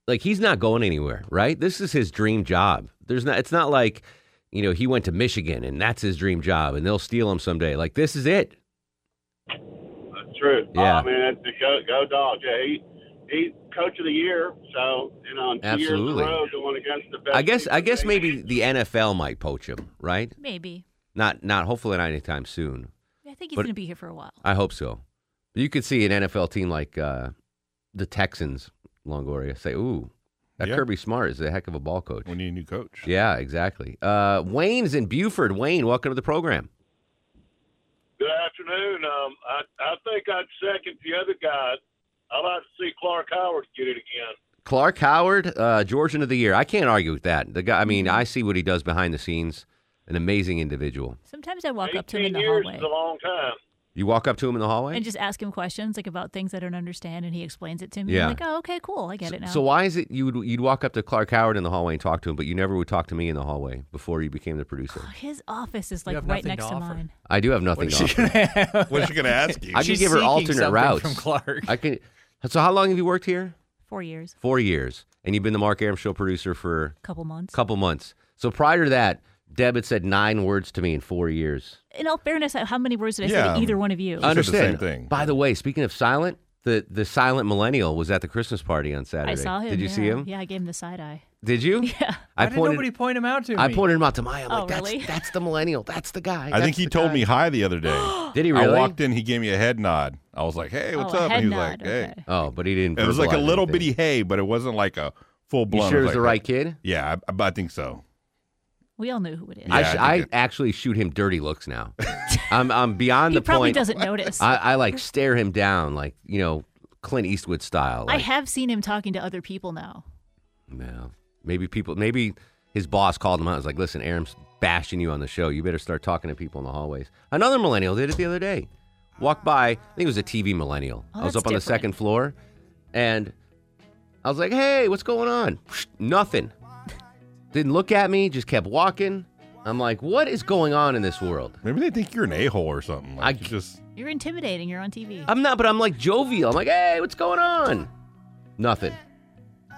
like he's not going anywhere, right? This is his dream job. There's not. It's not like, you know, he went to Michigan and that's his dream job, and they'll steal him someday. Like this is it. That's true. Yeah. I mean, that's the go, go dogs. Yeah, he, he's coach of the year. So, you know, in two years Absolutely. in a row, going against the best. I guess. I guess maybe the NFL might poach him, right? Maybe. Not. Not. Hopefully not anytime soon. I think he's But- going to be here for a while. I hope so. You could see an NFL team like uh, the Texans, Longoria, say, "Ooh, that Yeah. Kirby Smart is a heck of a ball coach." We need a new coach. Yeah, exactly. Uh, Wayne's in Buford. Wayne, welcome to the program. Good afternoon. Um, I, I think I'd second the other guy. I'd like to see Clark Howard get it again. Clark Howard, uh, Georgian of the Year. I can't argue with that. The guy. I Mm-hmm. mean, I see what he does behind the scenes. An amazing individual. Sometimes I walk up to him in the years hallway is a long time. You walk up to him in the hallway. and just ask him questions like about things I don't understand, and he explains it to me. I'm Yeah. like, oh, okay, cool, I get it now. So why is it you would you'd walk up to Clark Howard in the hallway and talk to him, but you never would talk to me in the hallway before you became the producer? His office is You like have right nothing Oh, next to to, offer. mine. I do have nothing. What is to she offer. gonna- What is she gonna ask you? I can She's give her seeking alternate something routes from Clark. I can. So how long have you worked here? Four years, Four years, and you've been the Mark Aram Show producer for couple months. couple months. So prior to that, Deb had said nine words to me in four years. In all fairness, how many words did I say to either one of you? Understand. By the way, speaking of silent, the, the silent millennial was at the Christmas party on Saturday. I saw him. Did you yeah. see him? Yeah, I gave him the side eye. Did you? Yeah. I Why did pointed. nobody point him out to me? I pointed him out to Maya. I'm Oh, like, that's really? that's the millennial. That's the guy. I think That's he the told guy." me hi the other day. Did he I really? walked in, he gave me a head nod. I was like, "Hey, what's Oh, a up?" head And he was nod, like, "Hey." Oh, but he didn't. It was like a verbalize little anything. bitty "hey," but it wasn't like a full blown. sure it was like, the right kid? Yeah, I, I- I think so. We all knew who it is. I, sh- I, actually shoot him dirty looks now. I'm I'm beyond He the probably point. doesn't notice. I, I like stare him down, like you know, Clint Eastwood style. I Like, have seen him talking to other people now. no, maybe people, maybe his boss called him out. and was like, listen, Aaron's bashing you on the show. You better start talking to people in the hallways. Another millennial did it the other day. Walked by. I think it was a TV millennial. Oh, I was that's up on the different. second floor, and I was like, hey, what's going on? Nothing. Didn't look at me. Just kept walking. I'm like, what is going on in this world? Maybe they think you're an a hole or something. Like, I just You're intimidating. You're on TV. I'm not, but I'm like jovial. I'm like, hey, what's going on? Nothing.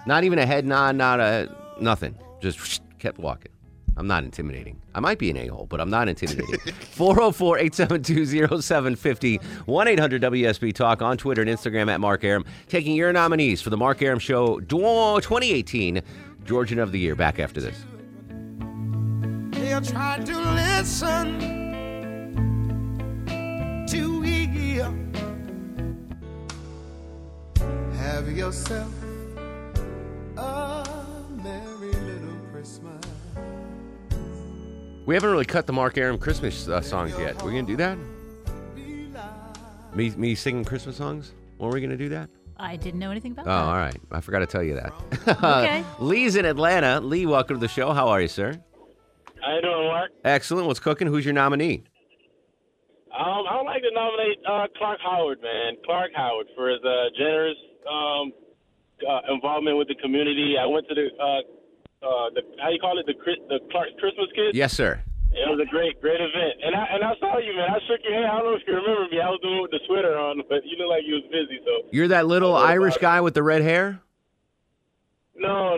Not even a head nod, not a nothing. Just kept walking. I'm not intimidating. I might be an a hole, but I'm not intimidating. 404 872 0750 1 800 WSB Talk on Twitter and Instagram at Mark Aram. Taking your nominees for the Mark Aram Show Duo 2018 Georgian of the Year. Back after this. They'll try to listen to hear. Have yourself a merry little Christmas. We haven't really cut the Mark Aram Christmas uh, songs yet. We're going to do that? Me, me singing Christmas songs? When are we going to do that? I didn't know anything about Oh, all right. I forgot to tell you that. Okay. Lee's in Atlanta. Lee, welcome to the show. How are you, sir? How you doing, Mark? Excellent. What's cooking? Who's your nominee? Um, I would like to nominate uh, Clark Howard, man. Clark Howard for his uh, generous um, uh, involvement with the community. I went to the uh, uh, the how you call it the Chris- the Clark Christmas Kids. Yes, sir. It was a great great event, and I and I saw you, man. I shook your hand. I don't know if you remember me. I was doing with the sweater on, but you look like you was busy. So You're that little Irish guy with the red hair? no,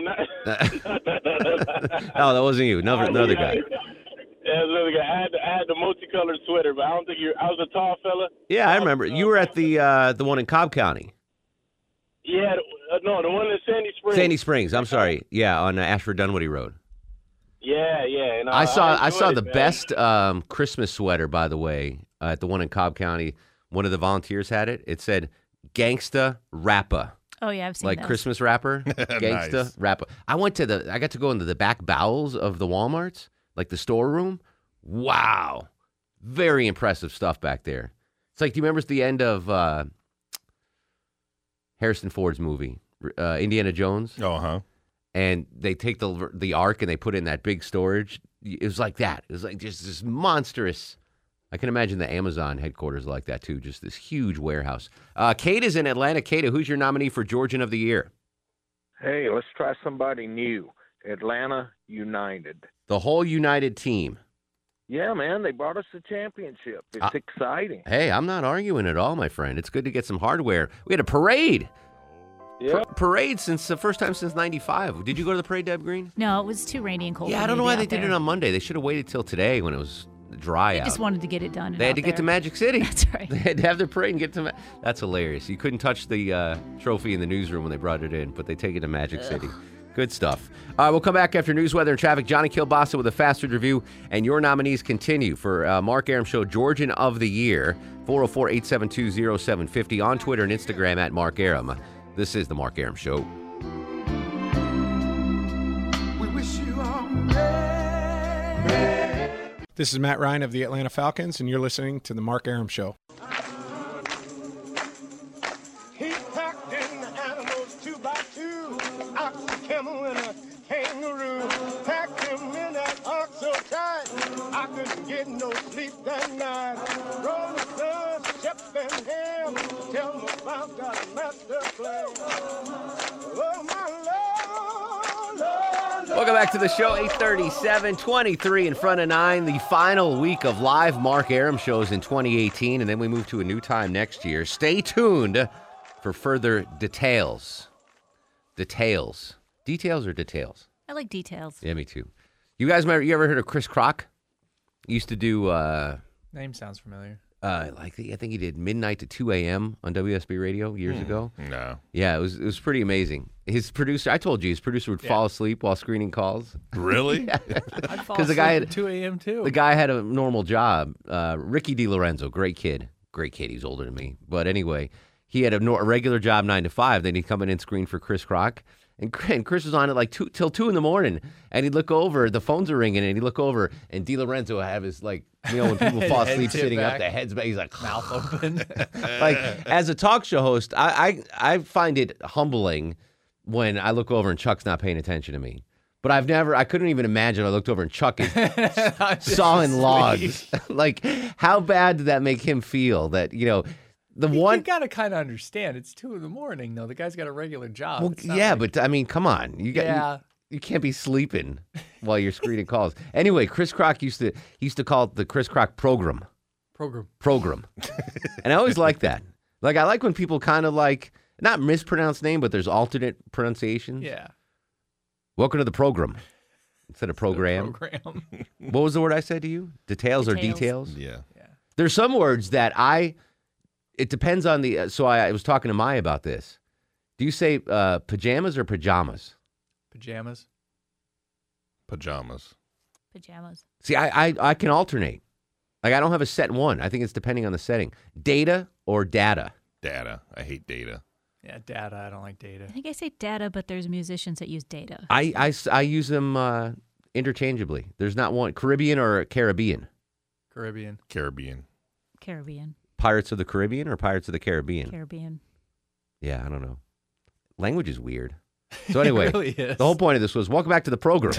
not no, Oh, that wasn't you. Another, another guy. yeah, it was another guy. I had the, I had the multicolored sweater, but I don't think you. I was a tall fella. Yeah, I remember. You were at the uh, the one in Cobb County, Yeah, the, uh, no, the one in Sandy Springs. Sandy Springs. I'm sorry. Yeah, on uh, Ashford Dunwoody Road. Yeah, yeah. And uh, I saw I, saw enjoyed it, the man. best um, Christmas sweater, by the way, uh, at the one in Cobb County. One of the volunteers had it. It said "Gangsta Rappa." Oh yeah, I've seen like those. Christmas wrapper, gangsta Nice. wrapper. I went to the, I got to go into the back bowels of the WalMarts, like the storeroom. Wow, very impressive stuff back there. It's like, do you remember it's the end of uh, Harrison Ford's movie, uh, Indiana Jones? Oh, huh. And they take the the ark and they put it in that big storage. It was like that. It was like just this monstrous. I can imagine the Amazon headquarters like that too. Just this huge warehouse. Uh, Kate is in Atlanta. Kate, who's your nominee for Georgian of the Year? Hey, let's try somebody new. Atlanta United. The whole United team. Yeah, man, they brought us the championship. It's Uh, exciting. Hey, I'm not arguing at all, my friend. It's good to get some hardware. We had a parade. Yeah. Pa- parade since the first time since 95. Did you go to the parade, Deb Green? No, it was too rainy and cold. yeah, for I me don't know to why be they out did there. it on Monday. They should have waited till today when it was dry They out. just wanted to get it done. and they had out to get to there. Magic City. That's right. They had to have their parade and get to. Ma- That's hilarious. You couldn't touch the uh, trophy in the newsroom when they brought it in, but they take it to Magic City. Good stuff. All right, we'll come back after news, weather, and traffic. Johnny Kilbasa with a fast food review, and your nominees continue for uh, Mark Aram Show Georgian of the Year, 404 872 0750 on Twitter and Instagram at Mark Aram. This is The Mark Aram Show. We wish you all merry. This is Matt Ryan of the Atlanta Falcons, and you're listening to The Mark Aram Show. He packed in the animals two by two, ox, a camel, and a kangaroo. Packed him in that ox so tight, I couldn't get no sleep that night. Roll the sun, Shep and Ham, tell them about that master plan. Oh, my love, love, love. Welcome back to the show. 837, 23 in front of 9, the final week of live Mark Aram shows in 2018, and then we move to a new time next year. Stay tuned for further details. Details. Details or details? I like details. Yeah, me too. You guys, remember, you ever heard of Chris Crock? He used to do, uh, Name sounds familiar. uh, like the, I think he did midnight to two a.m. on WSB Radio years Hmm, ago. No, yeah, it was it was pretty amazing. His producer, I told you, his producer would fall asleep while screening calls. Really? I'd fall Because the guy asleep had at 2 a.m. too. The guy had a normal job. Uh, Ricky Di Lorenzo, great kid, great kid. He's older than me, but anyway, he had a, nor- a regular job nine to five. Then he'd come in and screen for Chris Rock, and, Cr- and Chris was on it like two till two in the morning. And he'd look over, the phones are ringing, and he'd look over, and Di Lorenzo would have his like, you know, when people fall Head asleep tip sitting up, back. the heads back. He's like mouth open. like as a talk show host, I, I I find it humbling when I look over and Chuck's not paying attention to me. But I've never, I couldn't even imagine. I looked over and Chuck is sawing logs. like, how bad did that make him feel? That you know, the you one. gotta kind of understand. It's two in the morning though. The guy's got a regular job. Well, It's not- yeah, but I mean, come on, you got you- Yeah. you, can't be sleeping while you're screening calls. Anyway, Chris Crock used to he used to call it the Chris Crock program. Program. program. and I always like that. Like I like when people kind of like not mispronounce name, but there's alternate pronunciations. Yeah. Welcome to the program instead of program. Program. what was the word I said to you? Details, or Details. details? Yeah. There's some words that I. It depends on the. uh, So I, I was talking to Maya about this. Do you say uh, pajamas or pajamas? Pajamas. pajamas. Pajamas. See, I, I I can alternate. Like I don't have a set one. I think it's depending on the setting. Data or data. Data. I hate data. Yeah, data. I don't like data. I think I say data, but there's musicians that use data. I, I s- I use them uh, interchangeably. There's not one Caribbean or Caribbean. Caribbean. Caribbean. Caribbean. Pirates of the Caribbean or Pirates of the Caribbean. Caribbean. yeah, I don't know. Language is weird. So anyway, really is. the whole point of this was welcome back to the program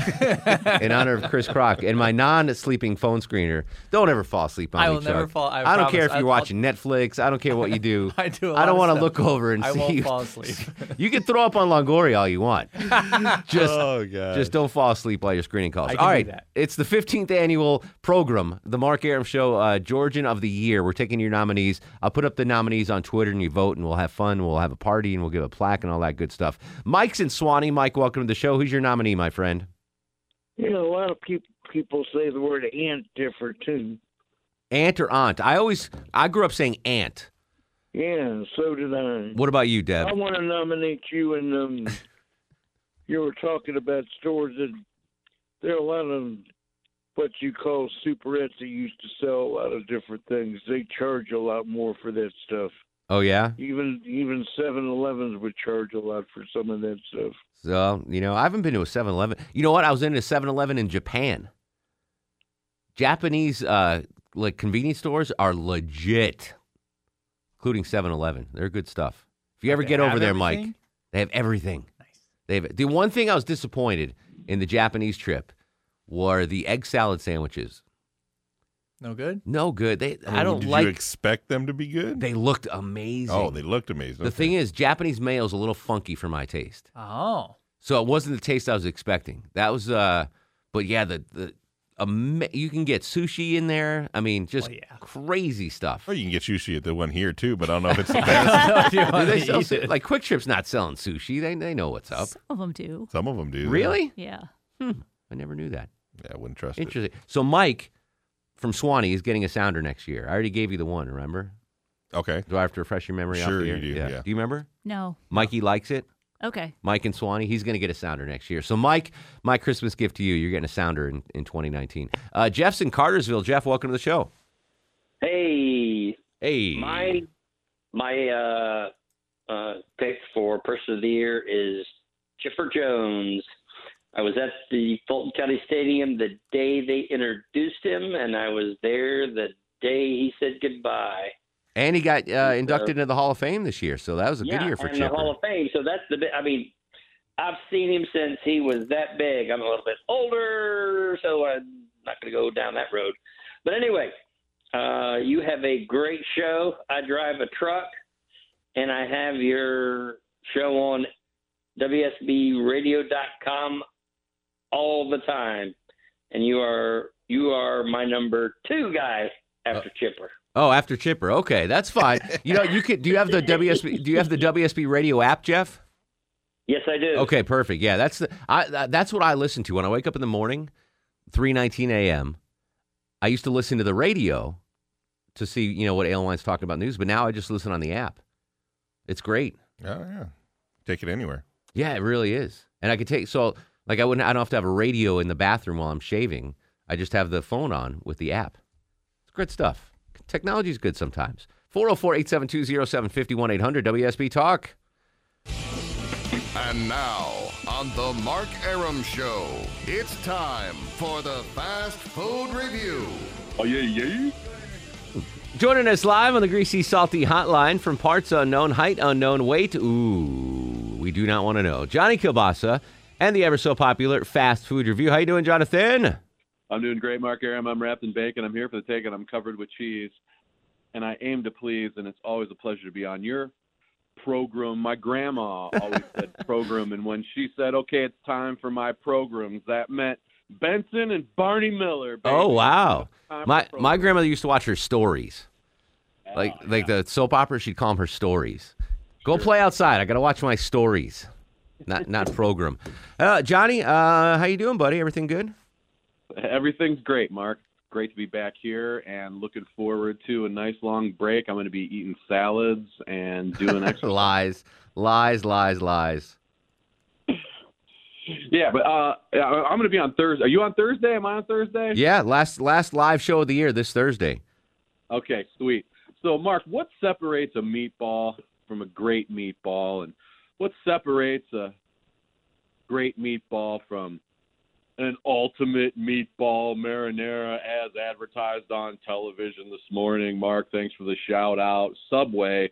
in honor of Chris Crock and my non-sleeping phone screener. Don't ever fall asleep on I me, will never Chuck. fall- I don't promise. care if I- you're watching Netflix. I don't care what you do. I do a I don't lot wanna of stuff. look over and I see won't you. fall asleep. you can throw up on Longoria all you want. just, Oh, gosh. just don't fall asleep while you're screening calls. I can All do right, that. it's the 15th annual program, the Mark Aram Show, uh, Georgian of the Year. We're taking your nominees. I'll put up the nominees on Twitter, and you vote, and we'll have fun. We'll have a party, and we'll give a plaque and all that good stuff. Mike's in Swanee. Mike, welcome to the show. Who's your nominee, my friend? You know, a lot of peop people say the word ant different too. Aunt or aunt? I always, I grew up saying aunt. Yeah, so did I. What about you, Deb? I want to nominate you, and um, you were talking about stores, and there are a lot of what you call superettes that used to sell a lot of different things. They charge a lot more for that stuff. Oh yeah. Even even Seven Elevens would charge a lot for some of that stuff. So you know, I haven't been to a 7-Eleven. You know what? I was in a 7-Eleven in Japan. Japanese uh, like convenience stores are legit, including 7-Eleven. They're good stuff. If you ever They get over have there, Mike, everything? they have everything. Nice. They have the one thing I was disappointed in the Japanese trip were the egg salad sandwiches. No good. No good. They I, mean, don't did like. You expect them to be good? They looked amazing. Oh, they looked amazing. the thing is, Japanese mayo is a little funky for my taste. Oh. So it wasn't the taste I was expecting. That was, uh, but yeah, the the ama- you can get sushi in there. I mean, just crazy stuff. Or you can get sushi at the one here too, but I don't know if it's the Do best. they sell su- like Quick Trip's not selling sushi. They they know what's up. Some of them do. Some of them do. Really? Hmm. Yeah. I never knew that. Yeah, I wouldn't trust it. Interesting. So Mike from Swanee is getting a sounder next year. I already gave you the one. Remember? Okay. Do I have to refresh your memory? off Sure the you air? do, yeah. Do you remember? No. Mikey likes it. Okay. Mike and Swanee, he's going to get a sounder next year. So, Mike, my Christmas gift to you, you're getting a sounder in, in 2019. Uh, Jeff's in Cartersville. Jeff, welcome to the show. Hey. Hey. My my uh uh pick for person of the year is Chipper Jones. I was at the Fulton County Stadium the day they introduced him and I was there the day he said goodbye. And he got uh, inducted into the Hall of Fame this year, so that was a yeah, good year for and Chipper. the Hall of Fame. So that's the bi- I mean I've seen him since he was that big. I'm a little bit older, so I'm not going to go down that road. But anyway, uh, you have a great show. I drive a truck, and I have your show on WSBRadio.com all the time. And you are you are my number two guy after Chipper. oh, after Chipper. Okay, that's fine. you know, you could. Do you have the WSB? Do you have the WSB radio app, Jeff? Yes, I do. Okay, perfect. Yeah, that's the I, th- that's what I listen to when I wake up in the morning. 319 a.m. I used to listen to the radio to see, you know, what airlines talking about news, but now I just listen on the app. It's great. Oh yeah. Take it anywhere. Yeah, it really is. And I could take so like I wouldn't I don't have to have a radio in the bathroom while I'm shaving. I just have the phone on with the app. It's great stuff. Technology's good sometimes. 404-872-0751-800 WSB Talk. And now, on The Mark Aram Show, it's time for the Fast Food Review. Oh, yeah, yeah. Joining us live on the Greasy Salty Hotline from parts unknown, height unknown, weight. Ooh, we do not want to know. Johnny Kilbasa and the ever so popular fast food review. How you doing, Jonathan? I'm doing great, Mark Aram. I'm wrapped in bacon. I'm here for the take, and I'm covered with cheese. And I aim to please, and it's always a pleasure to be on your program. My grandma always said program, and when she said, "Okay, it's time for my programs," that meant Benson and Barney Miller. Baby. Oh wow. Time for My programs. my grandmother used to watch her stories. Like like the soap opera, she'd call them her stories. Go play outside. I gotta watch my stories. Not not program. Uh, Johnny, uh, how you doing, buddy? Everything good? Everything's great, Mark. Great to be back here and looking forward to a nice long break. I'm going to be eating salads and doing exercise. lies, lies, lies, lies. Yeah, but uh, I- I'm going to be on Thursday. Are you on Thursday? Am I on Thursday? Yeah, last last live show of the year this Thursday. Okay, sweet. So, Mark, what separates a meatball from a great meatball, and what separates a great meatball from an ultimate meatball marinara as advertised on television this morning? Mark, thanks for the shout out. Subway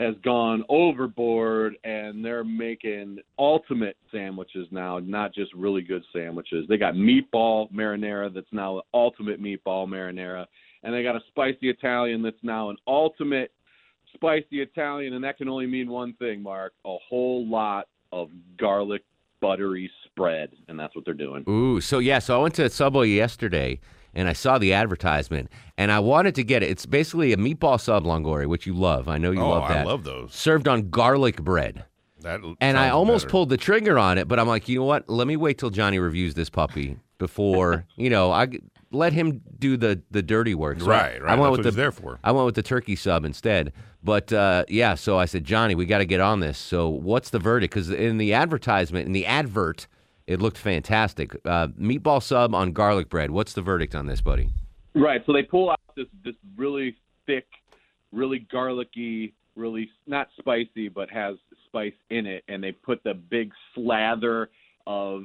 has gone overboard and they're making ultimate sandwiches now, not just really good sandwiches. They got meatball marinara that's now an ultimate meatball marinara, and they got a spicy Italian that's now an ultimate spicy Italian, and that can only mean one thing, Mark a whole lot of garlic buttery spread, and that's what they're doing. Ooh, so yeah, so I went to Subway yesterday and I saw the advertisement and I wanted to get it. It's basically a meatball sub longori, which you love. I know you Oh, love I that. love those. Served on garlic bread. That And I sounds almost better. pulled the trigger on it, but I'm like, you know what? Let me wait till Johnny reviews this puppy before, you know, I g- let him do the the dirty work. So I- Right, right. I That's went what with he's the there for. I went with the turkey sub instead. But uh, yeah, so I said, Johnny, we got to get on this. So what's the verdict? Because in the advertisement, in the advert, it looked fantastic. Uh, meatball sub on garlic bread. What's the verdict on this, buddy? Right. So they pull out this this really thick, really garlicky, really not spicy, but has spice in it, and they put the big slather of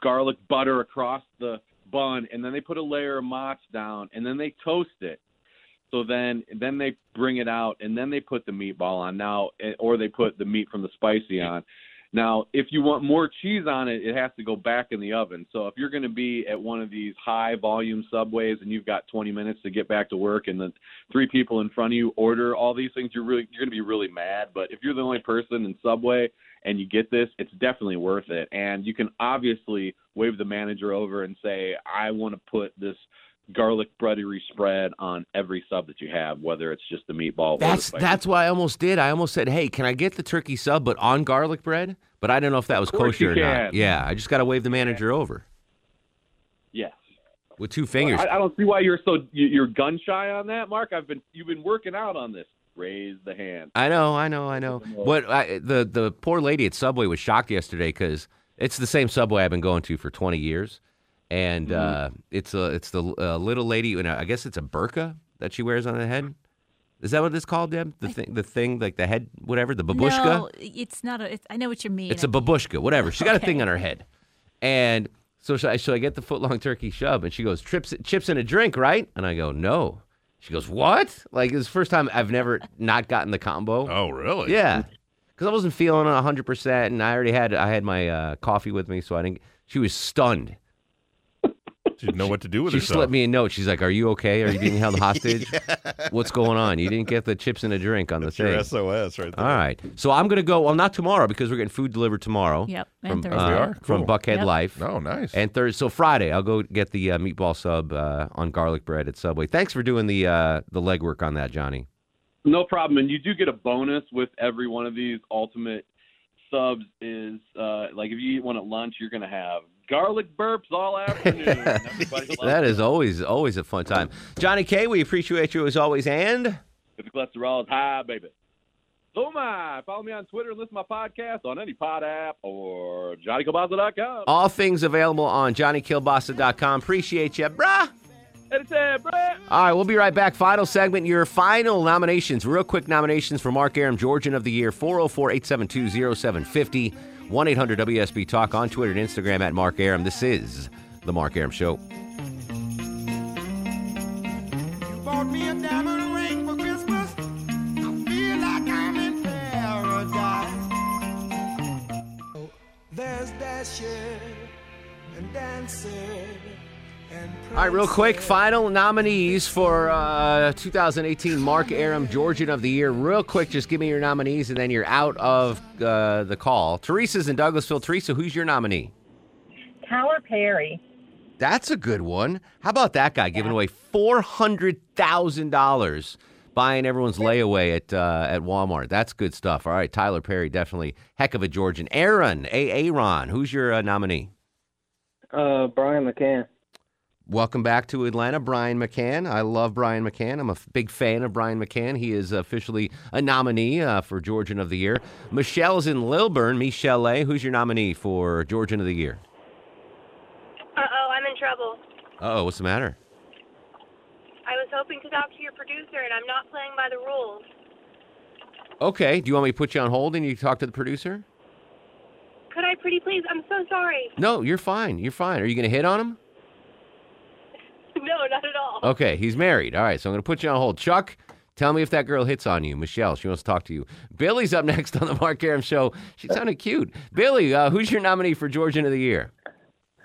garlic butter across the bun, and then they put a layer of mozz down, and then they toast it. So then then they bring it out, and then they put the meatball on now, eh, or they put the meat from the spicy on. Now, if you want more cheese on it, it has to go back in the oven. So if you're going to be at one of these high volume subways and you've got 20 minutes to get back to work and the three people in front of you order all these things, you're really you're going to be really mad. But if you're the only person in Subway and you get this, it's definitely worth it. And you can obviously wave the manager over and say, "I want to put this garlic buttery spread on every sub that you have, whether it's just the meatball or the That's spicy that's what I almost did. I almost said, "Hey, can I get the turkey sub but on garlic bread?" But I don't know if that was course kosher you or not. can. Yeah, I just got to wave the manager over Yes. with two fingers. I, I don't see why you're so you- you're gun shy on that, Mark. I've been you've been working out on this. Raise the hand. I know, I know, I know. What I, the the poor lady at Subway was shocked yesterday because it's the same Subway I've been going to for 20 years, and uh, it's a it's the uh, little lady, and I guess it's a burqa that she wears on the head. Is that what it's called, Deb? The thing, the thing, like the head, whatever, the babushka. No, it's not a. It's, I know what you mean. It's a babushka, whatever. She got a Okay. thing on her head, and so so I, so I get the foot long turkey shove, and she goes trips chips and a drink, right? And I go no. She goes what? Like it's the first time I've never not gotten the combo. Oh really? Yeah, because I wasn't feeling hundred percent, and I already had I had my uh, coffee with me, so I didn't. She was stunned. She didn't know what to do with She herself. slipped me a note. She's like, "Are you okay? Are you being held hostage? What's going on? You didn't get the chips and a drink on the Your thing." SOS right there. All right. So I'm going to go. Well, not tomorrow because we're getting food delivered tomorrow. Yep, and From, Thursday. uh, We are? from Cool. Buckhead Yep. Life. Oh, nice. And Thursday. So Friday, I'll go get the uh, meatball sub uh, on garlic bread at Subway. Thanks for doing the uh, the legwork on that, Johnny. No problem. And you do get a bonus with every one of these ultimate subs is uh, like Like if you eat one at lunch, you're gonna have garlic burps all afternoon. Everybody loves that is always always a fun time. Johnny K, we appreciate you as always. And if the cholesterol is high, baby. So am I. Follow me on Twitter and listen to my podcast on any pod app or JohnnyCobazza.com. all things available on johnnykilbasa.com. Appreciate you, bruh. It's Ed, Brett. All right, we'll be right back. Final segment, your final nominations. Real quick nominations for Mark Aram, Georgian of the Year, 404 872 0750, 1 800 WSB Talk on Twitter and Instagram at Mark Aram. This is The Mark Aram Show. Bought me a diamond ring for Christmas. I feel like I'm in paradise. Oh, There's dashing and dancing and All right, real quick, final nominees for uh, 2018 Mark Aram Georgian of the Year. Real quick, just give me your nominees and then you're out of uh, the call. Teresa's in Douglasville. Teresa, who's your nominee? Tyler Perry. That's a good one. How about that guy giving away four hundred thousand dollars buying everyone's layaway at uh, at Walmart? That's good stuff. All right, Tyler Perry, definitely heck of a Georgian. Aaron, a Aaron, who's your uh, nominee? Uh, Brian McCann. Welcome back to Atlanta, Brian McCann. I love Brian McCann. I'm a f- big fan of Brian McCann. He is officially a nominee uh, for Georgian of the Year. Michelle's in Lilburn. Michelle, A, who's your nominee for Georgian of the Year? Uh oh, I'm in trouble. Oh, what's the matter? I was hoping to talk to your producer, and I'm not playing by the rules. Okay, do you want me to put you on hold and you talk to the producer? Could I pretty please? I'm so sorry. No, you're fine. You're fine. Are you going to hit on him? no, not at all. Okay, he's married. All right, so I'm going to put you on hold. Chuck, tell me if that girl hits on you. Michelle, she wants to talk to you. Billy's up next on the Mark Aram Show. She sounded cute. Billy, uh, who's your nominee for Georgian of the Year?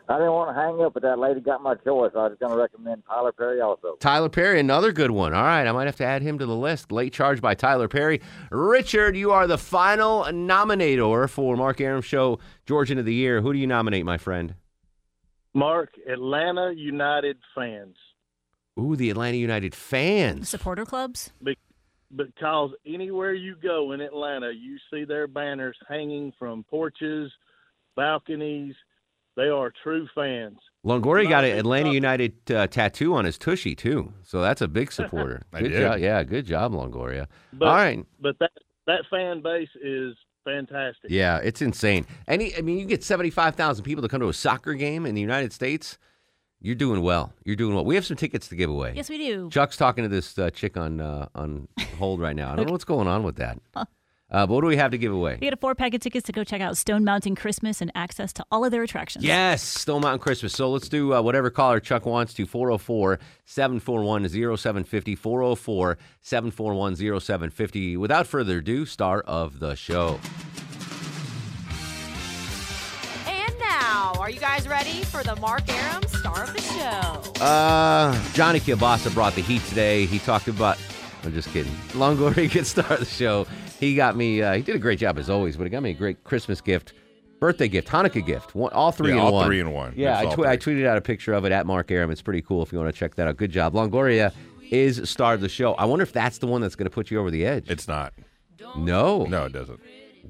I didn't want to hang up, but that lady got my choice. I was going to recommend Tyler Perry also. Tyler Perry, another good one. All right, I might have to add him to the list. Late charge by Tyler Perry. Richard, you are the final nominator for Mark Aram Show Georgian of the Year. Who do you nominate, my friend? Mark, Atlanta United fans, Ooh, the Atlanta United fans. Supporter clubs? be- because anywhere you go in Atlanta, you see their banners hanging from porches, balconies. They are true fans. Longoria got an Atlanta United uh, tattoo on his tushy too, so that's a big supporter. I good did. job, yeah, good job, Longoria. All right, But that that fan base is fantastic. yeah, it's insane. Any, I mean, you get seventy-five thousand people to come to a soccer game in the United States. You're doing well. You're doing well. We have some tickets to give away. Yes, we do. Chuck's talking to this uh, chick on uh, on hold right now. I don't know what's going on with that. Uh, but what do we have to give away? We get a four pack of tickets to go check out Stone Mountain Christmas and access to all of their attractions. Yes, Stone Mountain Christmas. So let's do uh, whatever caller Chuck wants to 404 741 0750. 404 741 0750. oh. Without further ado, star of the show. And now, are you guys ready for the Mark Aram star of the show? Uh, Johnny Kielbasa brought the heat today. He talked about. I'm just kidding. Longoria could start the show. He got me. Uh, he did a great job as always, but he got me a great Christmas gift, birthday gift, Hanukkah gift, one, all three Yeah, in all one. three in one. Yeah, It's I, all twe- I tweeted out a picture of it at Mark Aram. It's pretty cool if you want to check that out. Good job, Longoria is star of the show. I wonder if that's the one that's going to put you over the edge. It's not. No. No, it doesn't.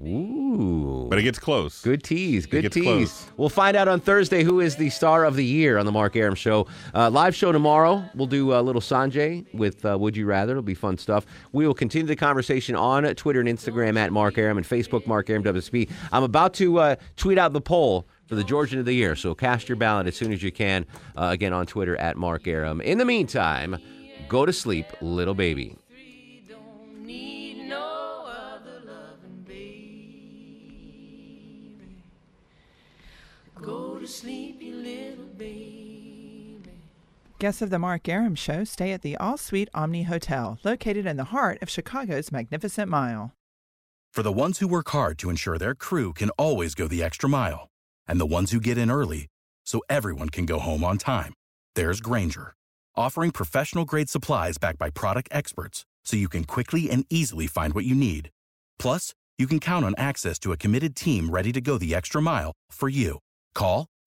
Ooh. But it gets close. Good tease. Good gets tease. close. We'll find out on Thursday who is the star of the year on the Mark Aram Show. Uh, live show tomorrow. We'll do a little Sanjay with uh, Would You Rather. It'll be fun stuff. We will continue the conversation on Twitter and Instagram at Mark Aram and Facebook Mark Aram WSB. I'm about to uh, tweet out the poll for the Georgian of the Year, so cast your ballot as soon as you can. Uh, again, on Twitter at Mark Aram. In the meantime, go to sleep, little baby. Go to sleep, you little baby. Guests of the Mark Aram Show stay at the All Suite Omni Hotel, located in the heart of Chicago's Magnificent Mile. For the ones who work hard to ensure their crew can always go the extra mile, and the ones who get in early so everyone can go home on time, there's Granger, offering professional grade supplies backed by product experts so you can quickly and easily find what you need. Plus, you can count on access to a committed team ready to go the extra mile for you. Call,